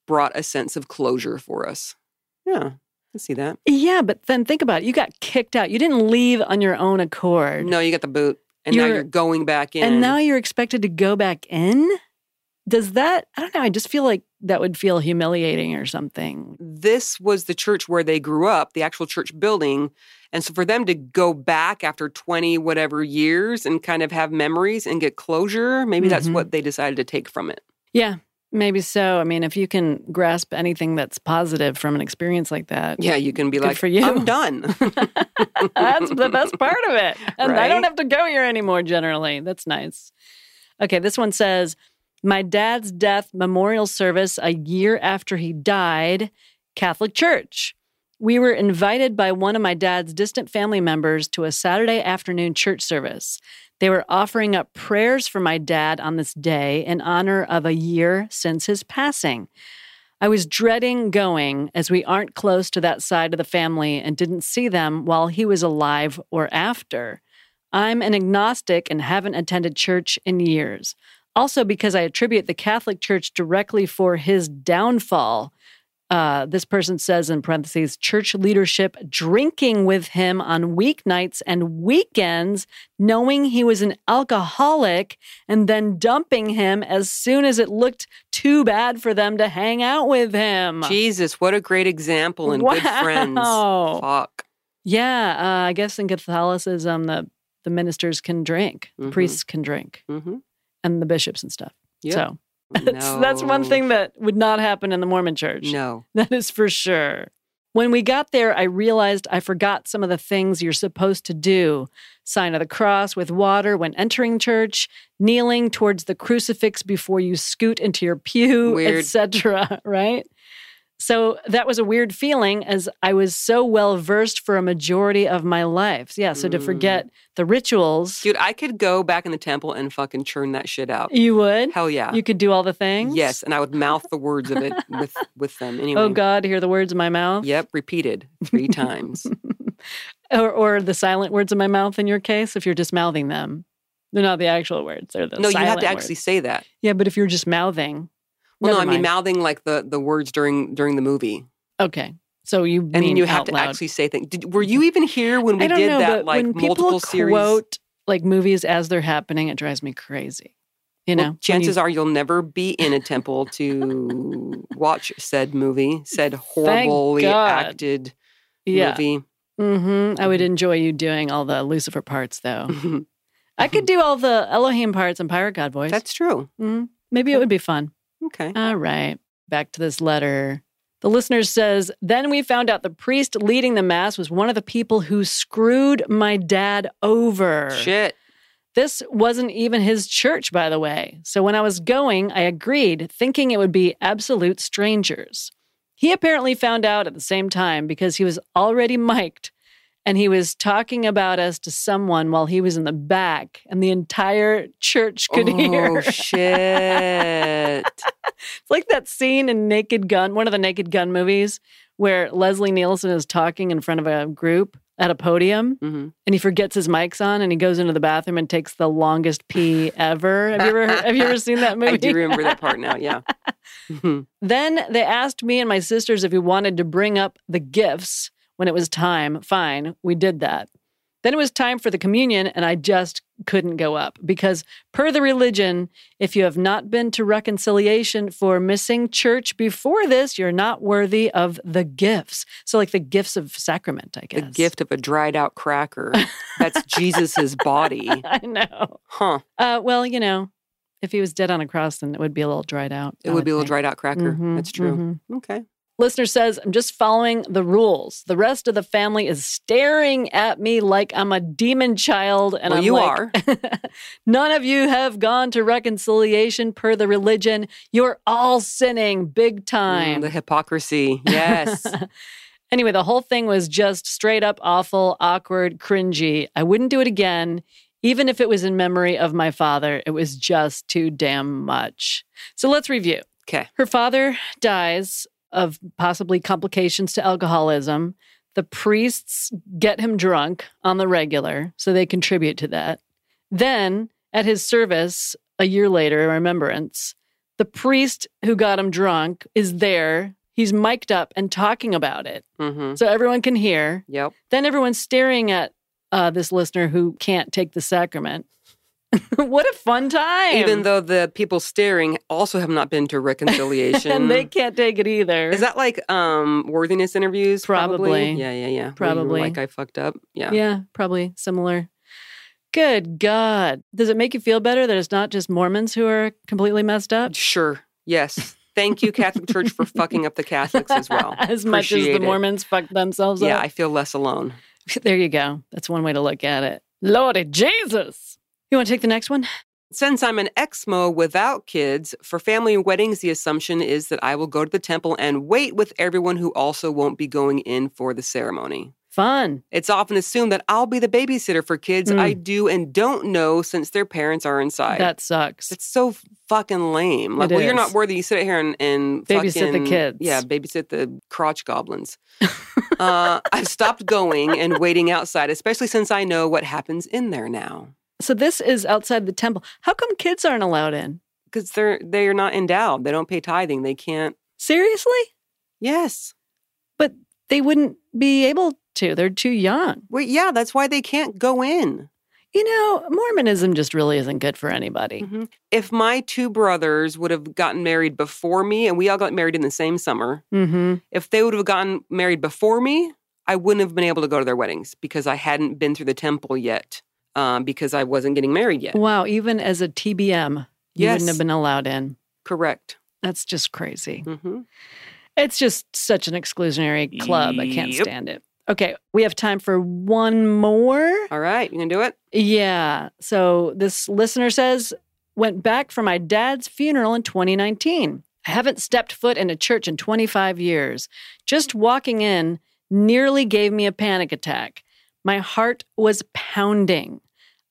[SPEAKER 2] brought a sense of closure for us. Yeah, I see that.
[SPEAKER 1] Yeah, but then think about it. You got kicked out. You didn't leave on your own accord.
[SPEAKER 2] No, you got the boot, and now
[SPEAKER 1] You're-
[SPEAKER 2] you're going back in.
[SPEAKER 1] And now you're expected to go back in? Does that, I don't know, I just feel like that would feel humiliating or something.
[SPEAKER 2] this was the church where they grew up, the actual church building. And so for them to go back after 20 whatever years and kind of have memories and get closure, maybe that's
[SPEAKER 1] Mhm.
[SPEAKER 2] what they decided to take from it.
[SPEAKER 1] Yeah, maybe so. I mean, if you can grasp anything that's positive from an experience like that,
[SPEAKER 2] Yeah, you can be
[SPEAKER 1] Good
[SPEAKER 2] like,
[SPEAKER 1] for you.
[SPEAKER 2] I'm done.
[SPEAKER 1] that's the best part of it. And I don't
[SPEAKER 2] Right?
[SPEAKER 1] have to go here anymore generally. That's nice. Okay, this one says My dad's death memorial service a year after he died, Catholic Church. We were invited by one of my dad's distant family members to a Saturday afternoon church service. They were offering up prayers for my dad on this day in honor of a year since his passing. I was dreading going as we aren't close to that side of the family and didn't see them while he was alive or after. I'm an agnostic and haven't attended church in years. Also, because I attribute the Catholic Church directly for his downfall. Uh, this person says in parentheses, church leadership drinking with him on weeknights and weekends, knowing he was an alcoholic and then dumping him as soon as it looked too bad for them to hang out with him.
[SPEAKER 2] Jesus, what a great example and good friends.
[SPEAKER 1] Wow.
[SPEAKER 2] Fuck.
[SPEAKER 1] Yeah, uh, I guess in Catholicism, the the ministers can drink, the
[SPEAKER 2] Mhm.
[SPEAKER 1] priests can drink,
[SPEAKER 2] hmm
[SPEAKER 1] and the bishops and stuff.
[SPEAKER 2] Yeah.
[SPEAKER 1] So that's that's one thing that would not happen in the Mormon Church.
[SPEAKER 2] No.
[SPEAKER 1] That is for sure. When we got there, I realized I forgot some of the things you're supposed to do sign of the cross with water when entering church, kneeling towards the crucifix before you scoot into your pew,
[SPEAKER 2] Weird.
[SPEAKER 1] etc. Right? So that was a weird feeling as I was so well versed for a majority of my life. Yeah. So to
[SPEAKER 2] Mm.
[SPEAKER 1] forget the rituals,
[SPEAKER 2] Dude, I could go back in the temple and fucking churn that shit out.
[SPEAKER 1] you would.
[SPEAKER 2] Hell yeah.
[SPEAKER 1] You could do all the things.
[SPEAKER 2] Yes, and I would mouth the words of it with with them anyway.
[SPEAKER 1] Oh God, hear the words in my mouth.
[SPEAKER 2] Yep, repeated three times.
[SPEAKER 1] Or, or the silent words in my mouth in your case, if you're just mouthing them. They're not the actual words. They're the
[SPEAKER 2] no, you have
[SPEAKER 1] silent
[SPEAKER 2] to actually
[SPEAKER 1] words.
[SPEAKER 2] say that.
[SPEAKER 1] Yeah, but if you're just mouthing.
[SPEAKER 2] Well,
[SPEAKER 1] never
[SPEAKER 2] no, I mean
[SPEAKER 1] mind.
[SPEAKER 2] mouthing like the the words during during the movie,
[SPEAKER 1] Okay. So you
[SPEAKER 2] and
[SPEAKER 1] mean
[SPEAKER 2] then you have
[SPEAKER 1] out
[SPEAKER 2] to
[SPEAKER 1] loud. Mm-hmm.
[SPEAKER 2] actually say things. Did, were you even here when we
[SPEAKER 1] I don't
[SPEAKER 2] did
[SPEAKER 1] know,
[SPEAKER 2] that
[SPEAKER 1] but
[SPEAKER 2] like
[SPEAKER 1] when people
[SPEAKER 2] multiple series?
[SPEAKER 1] quote like movies as they're happening, it drives me crazy. You know,
[SPEAKER 2] well, chances are you'll never be in a temple to watch said movie, said horribly
[SPEAKER 1] God.
[SPEAKER 2] acted
[SPEAKER 1] yeah.
[SPEAKER 2] movie.
[SPEAKER 1] hmm I
[SPEAKER 2] Mm-hmm.
[SPEAKER 1] would enjoy you doing all the Lucifer parts, though. I could do all the Elohim parts and Pirate God voice.
[SPEAKER 2] Mm-hmm. That's true.
[SPEAKER 1] Mhm. Maybe it would be fun.
[SPEAKER 2] Okay.
[SPEAKER 1] All right. Back to this letter. The listener says, Then we found out the priest leading the mass was one of the people who screwed my dad over.
[SPEAKER 2] Shit.
[SPEAKER 1] This wasn't even his church, by the way. So when I was going, I agreed, thinking it would be absolute strangers. He apparently found out at the same time because he was already mic'd and he was talking about us to someone while he was in the back, and the entire church could
[SPEAKER 2] oh,
[SPEAKER 1] hear.
[SPEAKER 2] shit.
[SPEAKER 1] It's like that scene in Naked Gun, one of the Naked Gun movies, where Leslie Nielsen is talking in front of a group at a podium
[SPEAKER 2] hmm
[SPEAKER 1] and he forgets his mics on and he goes into the bathroom and takes the longest pee ever. Have you ever heard- have you ever seen that movie?
[SPEAKER 2] I do remember that part now. Yeah. Mhm.
[SPEAKER 1] Then they asked me and my sisters if we wanted to bring up the gifts when it was time. Fine, we did that. Then it was time for the communion, and I just couldn't go up because, per the religion, if you have not been to reconciliation for missing church before this, you're not worthy of the gifts. So, like the gifts of sacrament, I
[SPEAKER 2] the
[SPEAKER 1] guess.
[SPEAKER 2] gift of a dried out cracker. That's Jesus's body.
[SPEAKER 1] I know.
[SPEAKER 2] Huh.
[SPEAKER 1] Uh, well, you know, if he was dead on a cross, then it would be a little dried out.
[SPEAKER 2] It
[SPEAKER 1] I
[SPEAKER 2] would be a little
[SPEAKER 1] think.
[SPEAKER 2] dried out cracker.
[SPEAKER 1] Mhm,
[SPEAKER 2] That's true.
[SPEAKER 1] mhm.
[SPEAKER 2] Okay.
[SPEAKER 1] Listener says, I'm just following the rules. The rest of the family is staring at me like I'm a demon child. And
[SPEAKER 2] well,
[SPEAKER 1] I'm
[SPEAKER 2] you
[SPEAKER 1] like,
[SPEAKER 2] are.
[SPEAKER 1] None of you have gone to reconciliation per the religion. You're all sinning big
[SPEAKER 2] Mm,
[SPEAKER 1] time.
[SPEAKER 2] the hypocrisy. Yes.
[SPEAKER 1] Anyway, the whole thing was just straight up awful, awkward, cringy. I wouldn't do it again, even if it was in memory of my father. It was just too damn much. So let's review.
[SPEAKER 2] 'Kay.
[SPEAKER 1] Her father dies of possibly complications to alcoholism. The priests get him drunk on the regular, so they contribute to that. Then, at his service a year later, a remembrance, the priest who got him drunk is there. He's mic'd up and talking about it
[SPEAKER 2] hmm
[SPEAKER 1] so everyone can hear.
[SPEAKER 2] Yep.
[SPEAKER 1] Then everyone's staring at uh, this listener who can't take the sacrament. what a fun time!
[SPEAKER 2] Even though the people staring also have not been to reconciliation.
[SPEAKER 1] and they can't take it either.
[SPEAKER 2] Is that like um worthiness interviews?
[SPEAKER 1] Probably.
[SPEAKER 2] Yeah, yeah, yeah. Where you were
[SPEAKER 1] Probably.
[SPEAKER 2] Like I fucked up. Yeah.
[SPEAKER 1] yeah, probably similar. Good God! Does it make you feel better that it's not just Mormons who are completely messed up?
[SPEAKER 2] Sure. Yes. Thank you, Catholic Church, for fucking up the Catholics as well.
[SPEAKER 1] as much as the
[SPEAKER 2] Appreciate it.
[SPEAKER 1] Mormons fuck themselves
[SPEAKER 2] Yeah,
[SPEAKER 1] up.
[SPEAKER 2] I feel less alone.
[SPEAKER 1] There you go. That's one way to look at it. Lordy Jesus! You want to take the next one?
[SPEAKER 2] Since I'm an exmo without kids, for family weddings, the assumption is that I will go to the temple and wait with everyone who also won't be going in for the ceremony.
[SPEAKER 1] Fun.
[SPEAKER 2] It's often assumed that I'll be the babysitter for kids
[SPEAKER 1] Mm.
[SPEAKER 2] I do and don't know since their parents are inside.
[SPEAKER 1] That sucks.
[SPEAKER 2] It's so fucking lame. Like,
[SPEAKER 1] It
[SPEAKER 2] well, you're not
[SPEAKER 1] is.
[SPEAKER 2] worthy. You sit here and, and
[SPEAKER 1] Babysit the
[SPEAKER 2] fucking-
[SPEAKER 1] kids.
[SPEAKER 2] Yeah, babysit the crotch goblins. uh, I've stopped going and waiting outside, especially since I know what happens in there now.
[SPEAKER 1] So this is outside the temple. How come kids aren't allowed in?
[SPEAKER 2] Because they're they are not endowed. They don't pay tithing. They can't.
[SPEAKER 1] Seriously?
[SPEAKER 2] Yes.
[SPEAKER 1] They wouldn't be able to. They're too young.
[SPEAKER 2] Wait. Yeah. That's why they can't go in.
[SPEAKER 1] You know, Mormonism just really isn't good for anybody.
[SPEAKER 2] Mhm. If my two brothers would have gotten married before me, and we all got married in the same summer,
[SPEAKER 1] Mm-hmm.
[SPEAKER 2] if they would have gotten married before me, I wouldn't have been able to go to their weddings because I hadn't been through the temple yet, um, because I wasn't getting married yet.
[SPEAKER 1] Wow, even as a TBM, you
[SPEAKER 2] Yes.
[SPEAKER 1] wouldn't have been allowed in.
[SPEAKER 2] Correct.
[SPEAKER 1] That's just crazy.
[SPEAKER 2] hmm
[SPEAKER 1] It's just such an exclusionary club. I can't
[SPEAKER 2] Yep.
[SPEAKER 1] stand it. Okay, we have time for one more.
[SPEAKER 2] All right, you gonna do it?
[SPEAKER 1] Yeah. So this listener says, went back for my dad's funeral in 2019. I haven't stepped foot in a church in 25 years. Just walking in nearly gave me a panic attack. My heart was pounding.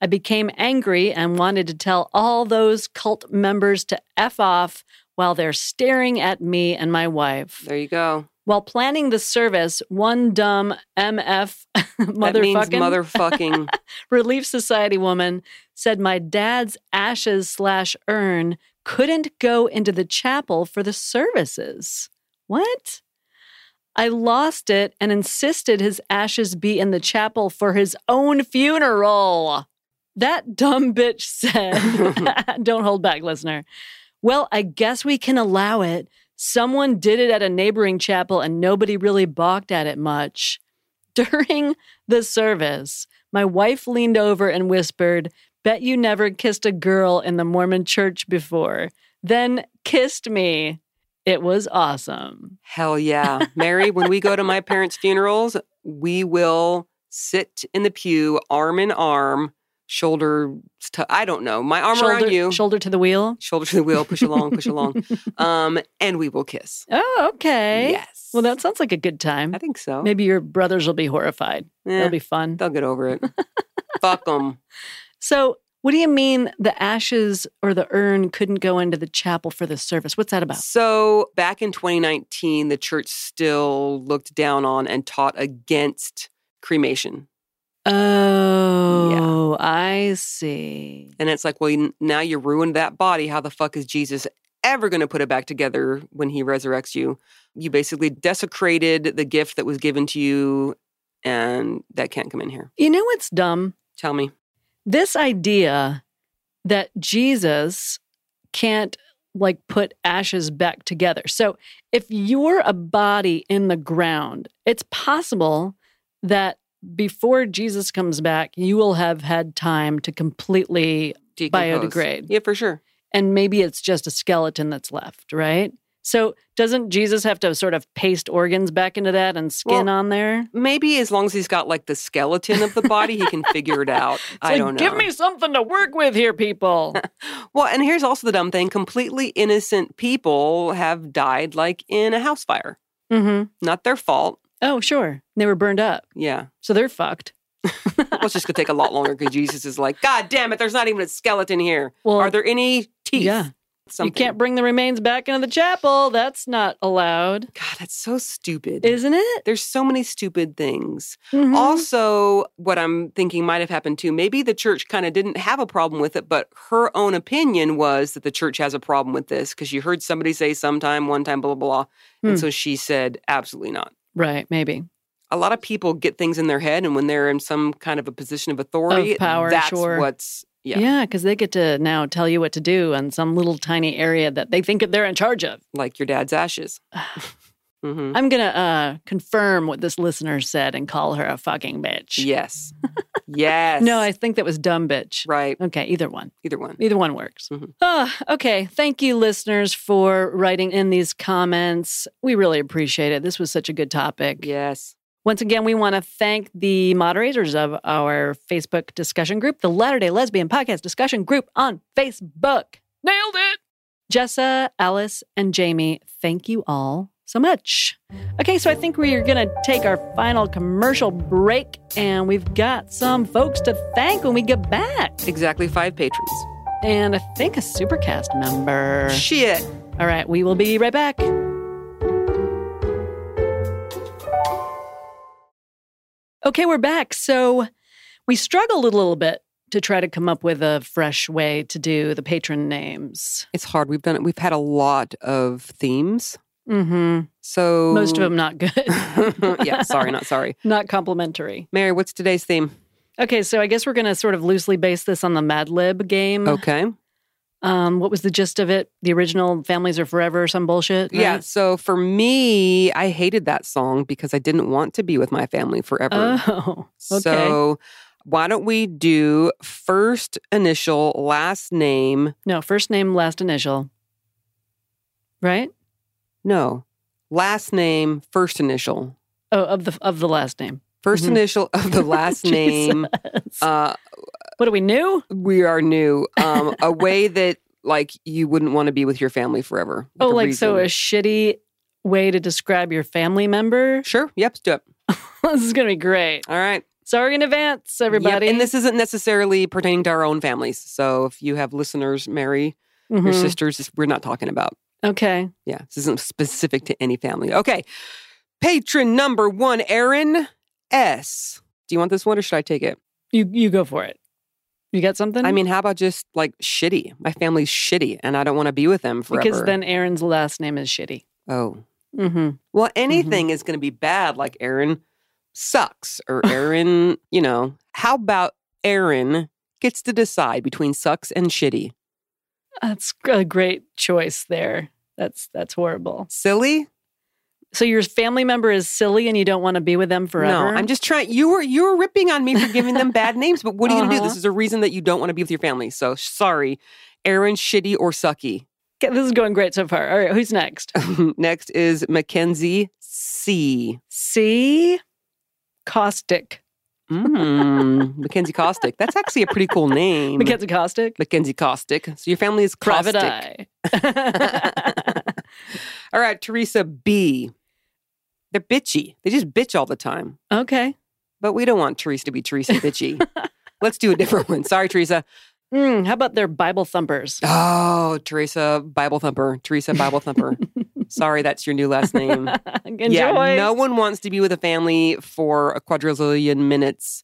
[SPEAKER 1] I became angry and wanted to tell all those cult members to F off while they're staring at me and my wife.
[SPEAKER 2] There you go.
[SPEAKER 1] While planning the service, one dumb MF
[SPEAKER 2] That means
[SPEAKER 1] motherfucking
[SPEAKER 2] motherfucking.
[SPEAKER 1] Relief Society woman said my dad's ashes slash urn couldn't go into the chapel for the services. What? I lost it and insisted his ashes be in the chapel for his own funeral. That dumb bitch said, Don't hold back, listener. Well, I guess we can allow it. Someone did it at a neighboring chapel and nobody really balked at it much. During the service, my wife leaned over and whispered, Bet you never kissed a girl in the Mormon church before. Then kissed me. It was awesome.
[SPEAKER 2] Hell yeah. Mary, when we go to my parents' funerals, we will sit in the pew, arm in arm, shoulder to, I don't know, my arm
[SPEAKER 1] shoulder,
[SPEAKER 2] around you,
[SPEAKER 1] shoulder to the wheel.
[SPEAKER 2] shoulder to the wheel, push along, push along. Um, and we will kiss.
[SPEAKER 1] Oh, okay.
[SPEAKER 2] Yes.
[SPEAKER 1] Well, that sounds like a good time.
[SPEAKER 2] I think so.
[SPEAKER 1] Maybe your brothers will be horrified.
[SPEAKER 2] Eh,
[SPEAKER 1] That'll be fun.
[SPEAKER 2] they'll get over it. Fuck them.
[SPEAKER 1] So, what do you mean the ashes or the urn couldn't go into the chapel for the service? What's that about?
[SPEAKER 2] So back in 2019, the church still looked down on and taught against cremation.
[SPEAKER 1] Oh, I see.
[SPEAKER 2] And it's like, well, n- now you ruined that body. How the fuck is Jesus ever going to put it back together when he resurrects you? You basically desecrated the gift that was given to you, and that can't come in here.
[SPEAKER 1] You know what's dumb?
[SPEAKER 2] Tell me.
[SPEAKER 1] this idea that Jesus can't like put ashes back together. So if you're a body in the ground, it's possible that before Jesus comes back, you will have had time to completely
[SPEAKER 2] Decompose.
[SPEAKER 1] Biodegrade.
[SPEAKER 2] Yeah, for sure.
[SPEAKER 1] and maybe it's just a skeleton that's left, right? So doesn't Jesus have to sort of paste organs back into that and skin
[SPEAKER 2] Well,
[SPEAKER 1] on there?
[SPEAKER 2] Maybe as long as he's got like the skeleton of the body, he can figure it out. I
[SPEAKER 1] It's like,
[SPEAKER 2] don't know.
[SPEAKER 1] Give me something to work with here, people.
[SPEAKER 2] Well, and here's also the dumb thing completely innocent people have died like in a house fire.
[SPEAKER 1] mm-hmm.
[SPEAKER 2] Not their fault.
[SPEAKER 1] Oh, sure. They were burned up.
[SPEAKER 2] Yeah.
[SPEAKER 1] So they're fucked.
[SPEAKER 2] Well, it's just going to take a lot longer because Jesus is like, God damn it, there's not even a skeleton here.
[SPEAKER 1] Well,
[SPEAKER 2] Are there any teeth?
[SPEAKER 1] yeah. you
[SPEAKER 2] Something.
[SPEAKER 1] can't bring the remains back into the chapel. That's not allowed,
[SPEAKER 2] God, that's so stupid.
[SPEAKER 1] isn't it?
[SPEAKER 2] There's so many stupid things.
[SPEAKER 1] Mhm.
[SPEAKER 2] Also, what I'm thinking might have happened too, maybe the church kind of didn't have a problem with it, but her own opinion was that the church has a problem with this because you heard somebody say sometime, one time, blah, blah, blah.
[SPEAKER 1] Hmm.
[SPEAKER 2] And so she said, absolutely not.
[SPEAKER 1] right, maybe.
[SPEAKER 2] a lot of people get things in their head, and when they're in some kind of a position of authority,
[SPEAKER 1] Of power,
[SPEAKER 2] that's
[SPEAKER 1] sure.
[SPEAKER 2] what's yeah,
[SPEAKER 1] Yeah, because they get to now tell you what to do on some little tiny area that they think they're in charge of.
[SPEAKER 2] like your dad's ashes. hmm
[SPEAKER 1] I'm going to uh, confirm what this listener said and call her a fucking bitch.
[SPEAKER 2] Yes, yes.
[SPEAKER 1] No, I think that was dumb bitch.
[SPEAKER 2] right.
[SPEAKER 1] Okay, either one.
[SPEAKER 2] Either one.
[SPEAKER 1] Either one works.
[SPEAKER 2] Mhm.
[SPEAKER 1] Ah, okay. Thank you, listeners, for writing in these comments. We really appreciate it. This was such a good topic.
[SPEAKER 2] Yes.
[SPEAKER 1] Once again, we want to thank the moderators of our Facebook discussion group, the Latter day Lesbian Podcast Discussion Group on Facebook. Nailed it! Jessa, Alice, and Jamie, thank you all so much. Okay, so I think we are going to take our final commercial break, and we've got some folks to thank when we get back.
[SPEAKER 2] Exactly five patrons.
[SPEAKER 1] And I think a Supercast member.
[SPEAKER 2] Shit.
[SPEAKER 1] All right, we will be right back. Okay, we're back. So we struggled a little bit to try to come up with a fresh way to do the patron names.
[SPEAKER 2] It's hard. We've done it. We've had a lot of themes,
[SPEAKER 1] Mm-hmm.
[SPEAKER 2] so
[SPEAKER 1] Most of them not good,
[SPEAKER 2] yeah. Sorry, not sorry.
[SPEAKER 1] not complimentary.
[SPEAKER 2] Mary, what's today's theme?
[SPEAKER 1] Okay, so I guess we're going to sort of loosely base this on the Mad Lib game.
[SPEAKER 2] Okay.
[SPEAKER 1] Um, what was the gist of it? The original Families Are Forever, or some bullshit?
[SPEAKER 2] Yeah.
[SPEAKER 1] right?
[SPEAKER 2] So for me, I hated that song because I didn't want to be with my family forever.
[SPEAKER 1] Oh, okay.
[SPEAKER 2] So why don't we do first initial, last name?
[SPEAKER 1] No, first name, last initial. Right?
[SPEAKER 2] No, last name, first initial.
[SPEAKER 1] Oh, of the of the last name.
[SPEAKER 2] 1st
[SPEAKER 1] Mhm.
[SPEAKER 2] initial of the last name.
[SPEAKER 1] Jesus.
[SPEAKER 2] Uh,
[SPEAKER 1] what are we new?
[SPEAKER 2] we are new. Um, a way that like you wouldn't want to be with your family fover.
[SPEAKER 1] Oh,
[SPEAKER 2] a
[SPEAKER 1] like so a
[SPEAKER 2] reason.
[SPEAKER 1] shitty way to describe your family member.
[SPEAKER 2] Sure. Yep. let's Do it.
[SPEAKER 1] this is gonna be great.
[SPEAKER 2] All right.
[SPEAKER 1] Sorry in advance,
[SPEAKER 2] Yep,
[SPEAKER 1] everybody.
[SPEAKER 2] And this isn't necessarily pertaining to our own families. So if you have listeners marry your
[SPEAKER 1] Mhm.
[SPEAKER 2] sisters, this- we're not talking about.
[SPEAKER 1] Okay.
[SPEAKER 2] Yeah. This isn't specific to any family. Okay. Patron number one, Aaron S. Do you want this one or should I take it?
[SPEAKER 1] You you go for it. You got something?
[SPEAKER 2] I mean, how about just like shitty? My family's shitty and I don't want to be with them forever.
[SPEAKER 1] because then Aaron's last name is shitty.
[SPEAKER 2] oh.
[SPEAKER 1] Mm-hmm.
[SPEAKER 2] Well, anything is going to be bad, like Aaron sucks or Aaron, you know. How about Aaron gets to decide between sucks and shitty?
[SPEAKER 1] That's a great choice there. That's that's horrible.
[SPEAKER 2] Silly?
[SPEAKER 1] So your family member is silly and you don't want to be with them forever.
[SPEAKER 2] No, I'm just trying. You were you were ripping on me for giving them bad names, but what are you going to do?
[SPEAKER 1] Uh-huh.
[SPEAKER 2] This is a reason that you don't want to be with your family. So sorry, Aaron, shitty or sucky.
[SPEAKER 1] Okay, this is going great so far. All right, who's
[SPEAKER 2] Uh,
[SPEAKER 1] next?
[SPEAKER 2] Next is Mackenzie C.
[SPEAKER 1] C. Caustic.
[SPEAKER 2] Mm, Mackenzie Caustic. That's actually a pretty cool name.
[SPEAKER 1] Mackenzie Caustic.
[SPEAKER 2] Mackenzie Caustic. So your family is
[SPEAKER 1] Private
[SPEAKER 2] caustic.
[SPEAKER 1] Eye.
[SPEAKER 2] All right, Teresa B. They're bitchy. They just bitch all the time.
[SPEAKER 1] okay.
[SPEAKER 2] But we don't want Teresa to be Teresa bitchy. Let's do a different one. Sorry, Teresa.
[SPEAKER 1] Mm, how about their Bible thumpers?
[SPEAKER 2] Oh, Teresa Bible Thumper. Teresa Bible Thumper. Sorry, that's your new last name.
[SPEAKER 1] Enjoy.
[SPEAKER 2] Yeah, no one wants to be with a family for a quadrillion minutes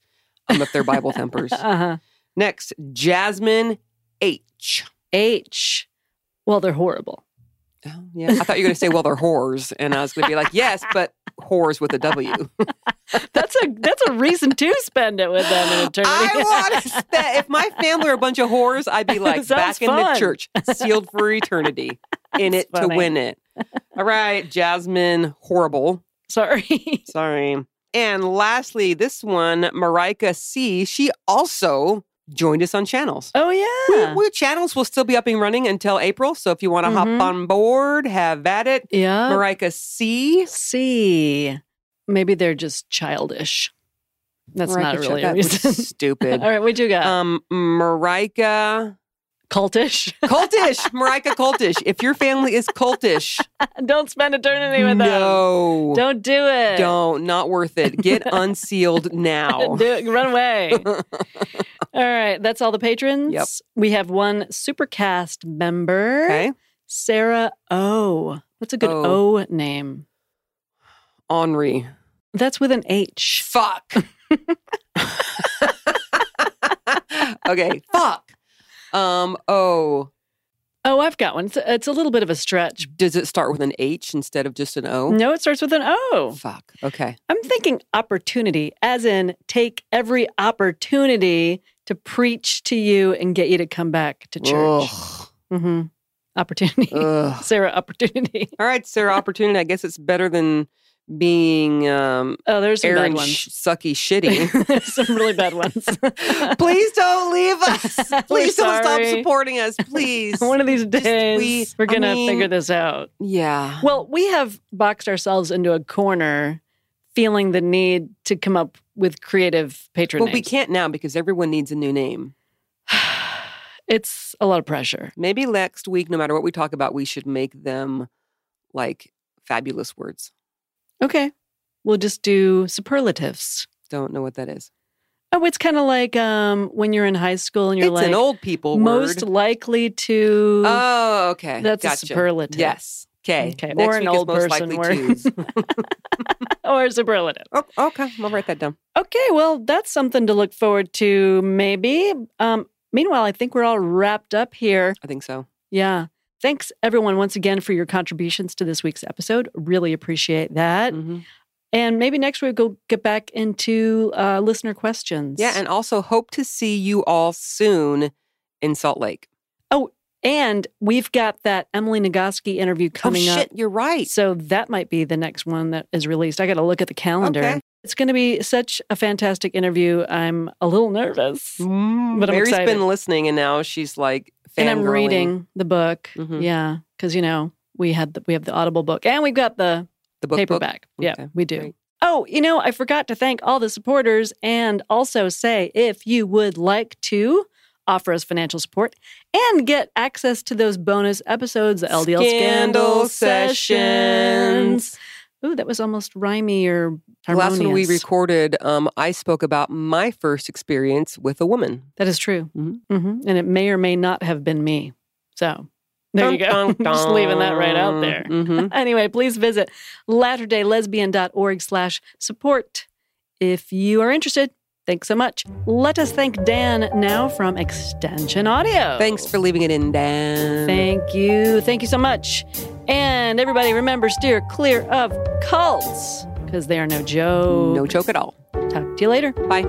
[SPEAKER 2] unless they're Bible Thumpers.
[SPEAKER 1] Uh-huh.
[SPEAKER 2] Next, Jasmine H.
[SPEAKER 1] H. Well, they're horrible.
[SPEAKER 2] Oh, yeah. I thought you were going to say, well, they're whores. And I was going to be like, yes, but whores with a W.
[SPEAKER 1] That's a that's a reason to spend it with them in eternity.
[SPEAKER 2] I want to spend. If my family are a bunch of whores, I'd be like
[SPEAKER 1] Sounds
[SPEAKER 2] back in the
[SPEAKER 1] fun.
[SPEAKER 2] church, sealed for eternity, in it to
[SPEAKER 1] funny.
[SPEAKER 2] win it. All right, Jasmine, horrible.
[SPEAKER 1] Sorry.
[SPEAKER 2] Sorry. And lastly, this one, Marika C. She also joined us on channels.
[SPEAKER 1] Oh yeah.
[SPEAKER 2] We, we- channels will still be up and running until April. So if you want to
[SPEAKER 1] Mhm.
[SPEAKER 2] hop on board, have at it.
[SPEAKER 1] yeah.
[SPEAKER 2] Marika C.
[SPEAKER 1] See. Maybe they're just childish. That's not
[SPEAKER 2] Marika,
[SPEAKER 1] really a
[SPEAKER 2] that was
[SPEAKER 1] reason. Oh, All
[SPEAKER 2] Stupid.
[SPEAKER 1] right, what'd you got?
[SPEAKER 2] Um, Marika.
[SPEAKER 1] Cultish.
[SPEAKER 2] Cultish, Marika Cultish. If your family is cultish,
[SPEAKER 1] Don't spend eternity with
[SPEAKER 2] no,
[SPEAKER 1] them. Don't do it.
[SPEAKER 2] Don't. not worth it. Get unsealed now.
[SPEAKER 1] Do it. Run away. all right. That's all the patrons.
[SPEAKER 2] Yep.
[SPEAKER 1] We have one supercast member,
[SPEAKER 2] Okay,
[SPEAKER 1] Sarah O. What's a good
[SPEAKER 2] O.
[SPEAKER 1] O name?
[SPEAKER 2] Henri.
[SPEAKER 1] That's with an H.
[SPEAKER 2] Fuck. okay, fuck. Um. Oh,
[SPEAKER 1] Oh, I've got one. It's a, it's a little bit of a stretch.
[SPEAKER 2] does it start with an H instead of just an O?
[SPEAKER 1] No, it starts with an O.
[SPEAKER 2] Fuck. Okay.
[SPEAKER 1] I'm thinking opportunity, as in take every opportunity to preach to you and get you to come back to church.
[SPEAKER 2] Ugh.
[SPEAKER 1] hmm Opportunity.
[SPEAKER 2] Ugh.
[SPEAKER 1] Sarah, opportunity.
[SPEAKER 2] All right, Sarah. Opportunity. I guess it's better than being um,
[SPEAKER 1] Oh, there's some
[SPEAKER 2] Aaron
[SPEAKER 1] bad ones.
[SPEAKER 2] sh- Sucky Shitty.
[SPEAKER 1] There's some really bad ones.
[SPEAKER 2] please don't leave us.
[SPEAKER 1] We're
[SPEAKER 2] Please don't stop
[SPEAKER 1] sorry.
[SPEAKER 2] supporting us. Please.
[SPEAKER 1] One of these
[SPEAKER 2] Just
[SPEAKER 1] days,
[SPEAKER 2] we-
[SPEAKER 1] we, are
[SPEAKER 2] I
[SPEAKER 1] going to
[SPEAKER 2] mean-
[SPEAKER 1] figure this out.
[SPEAKER 2] yeah.
[SPEAKER 1] Well, we have boxed ourselves into a corner, feeling the need to come up with creative patron
[SPEAKER 2] But we
[SPEAKER 1] names.
[SPEAKER 2] can't now because everyone needs a new name.
[SPEAKER 1] it's a lot of pressure.
[SPEAKER 2] Maybe next week, no matter what we talk about, we should make them like fabulous words.
[SPEAKER 1] Okay. We'll just do superlatives.
[SPEAKER 2] Don't know what that is.
[SPEAKER 1] Oh, it's kind of like um, when you're in high school and you're
[SPEAKER 2] it's
[SPEAKER 1] like
[SPEAKER 2] an old people
[SPEAKER 1] most
[SPEAKER 2] word.
[SPEAKER 1] likely to.
[SPEAKER 2] Oh, okay.
[SPEAKER 1] That's a
[SPEAKER 2] Gotcha.
[SPEAKER 1] superlative.
[SPEAKER 2] Yes. Okay.
[SPEAKER 1] Okay.
[SPEAKER 2] Next
[SPEAKER 1] Or an
[SPEAKER 2] week is
[SPEAKER 1] old
[SPEAKER 2] most
[SPEAKER 1] person
[SPEAKER 2] likely
[SPEAKER 1] word.
[SPEAKER 2] twos.
[SPEAKER 1] or superlative.
[SPEAKER 2] oh, okay. I'll write that down.
[SPEAKER 1] Okay, well, that's something to look forward to, maybe. Um, meanwhile, I think we're all wrapped up here.
[SPEAKER 2] I think so.
[SPEAKER 1] Yeah. Thanks, everyone, once again, for your contributions to this week's episode. Really appreciate that.
[SPEAKER 2] Mhm.
[SPEAKER 1] And maybe next week, we'll get back into uh, listener questions.
[SPEAKER 2] Yeah. And also hope to see you all soon in Salt Lake. Oh,
[SPEAKER 1] And we've got that Emily Nagoski interview coming
[SPEAKER 2] oh, shit.
[SPEAKER 1] up.
[SPEAKER 2] You're right.
[SPEAKER 1] So that might be the next one that is released. I got to look at the calendar.
[SPEAKER 2] Okay.
[SPEAKER 1] It's going to be such a fantastic interview. I'm a little nervous.
[SPEAKER 2] Mm-hmm.
[SPEAKER 1] Mm, But I'm
[SPEAKER 2] Mary's
[SPEAKER 1] excited.
[SPEAKER 2] been listening, and now she's like,
[SPEAKER 1] and I'm
[SPEAKER 2] fangirling.
[SPEAKER 1] reading the book.
[SPEAKER 2] Mhm.
[SPEAKER 1] Yeah, because you know we had the, we have the Audible book, and we've got the
[SPEAKER 2] the book book.
[SPEAKER 1] paperback. Yeah,
[SPEAKER 2] Okay,
[SPEAKER 1] we do.
[SPEAKER 2] great.
[SPEAKER 1] Oh, you know, I forgot to thank all the supporters, and also say if you would like to. offer us financial support, and get access to those bonus episodes, the LDL
[SPEAKER 2] Scandal
[SPEAKER 1] Scandal
[SPEAKER 2] Sessions.
[SPEAKER 1] Sessions. Ooh, that was almost rhymey or
[SPEAKER 2] The
[SPEAKER 1] harmonious.
[SPEAKER 2] Last one we recorded, um, I spoke about my first experience with a woman.
[SPEAKER 1] that is true.
[SPEAKER 2] Mhm.
[SPEAKER 1] Mhm. And it may or may not have been me. So there you go. Just leaving that right out there.
[SPEAKER 2] hmm
[SPEAKER 1] anyway, please visit latterdaylesbian.org slash support if you are interested. Thanks so much. Let us thank Dan now from Extension Audio.
[SPEAKER 2] Thanks for leaving it in, Dan.
[SPEAKER 1] Thank you. Thank you so much. And everybody remember, steer clear of cults because they are no joke.
[SPEAKER 2] No joke at all.
[SPEAKER 1] Talk to you later.
[SPEAKER 2] Bye.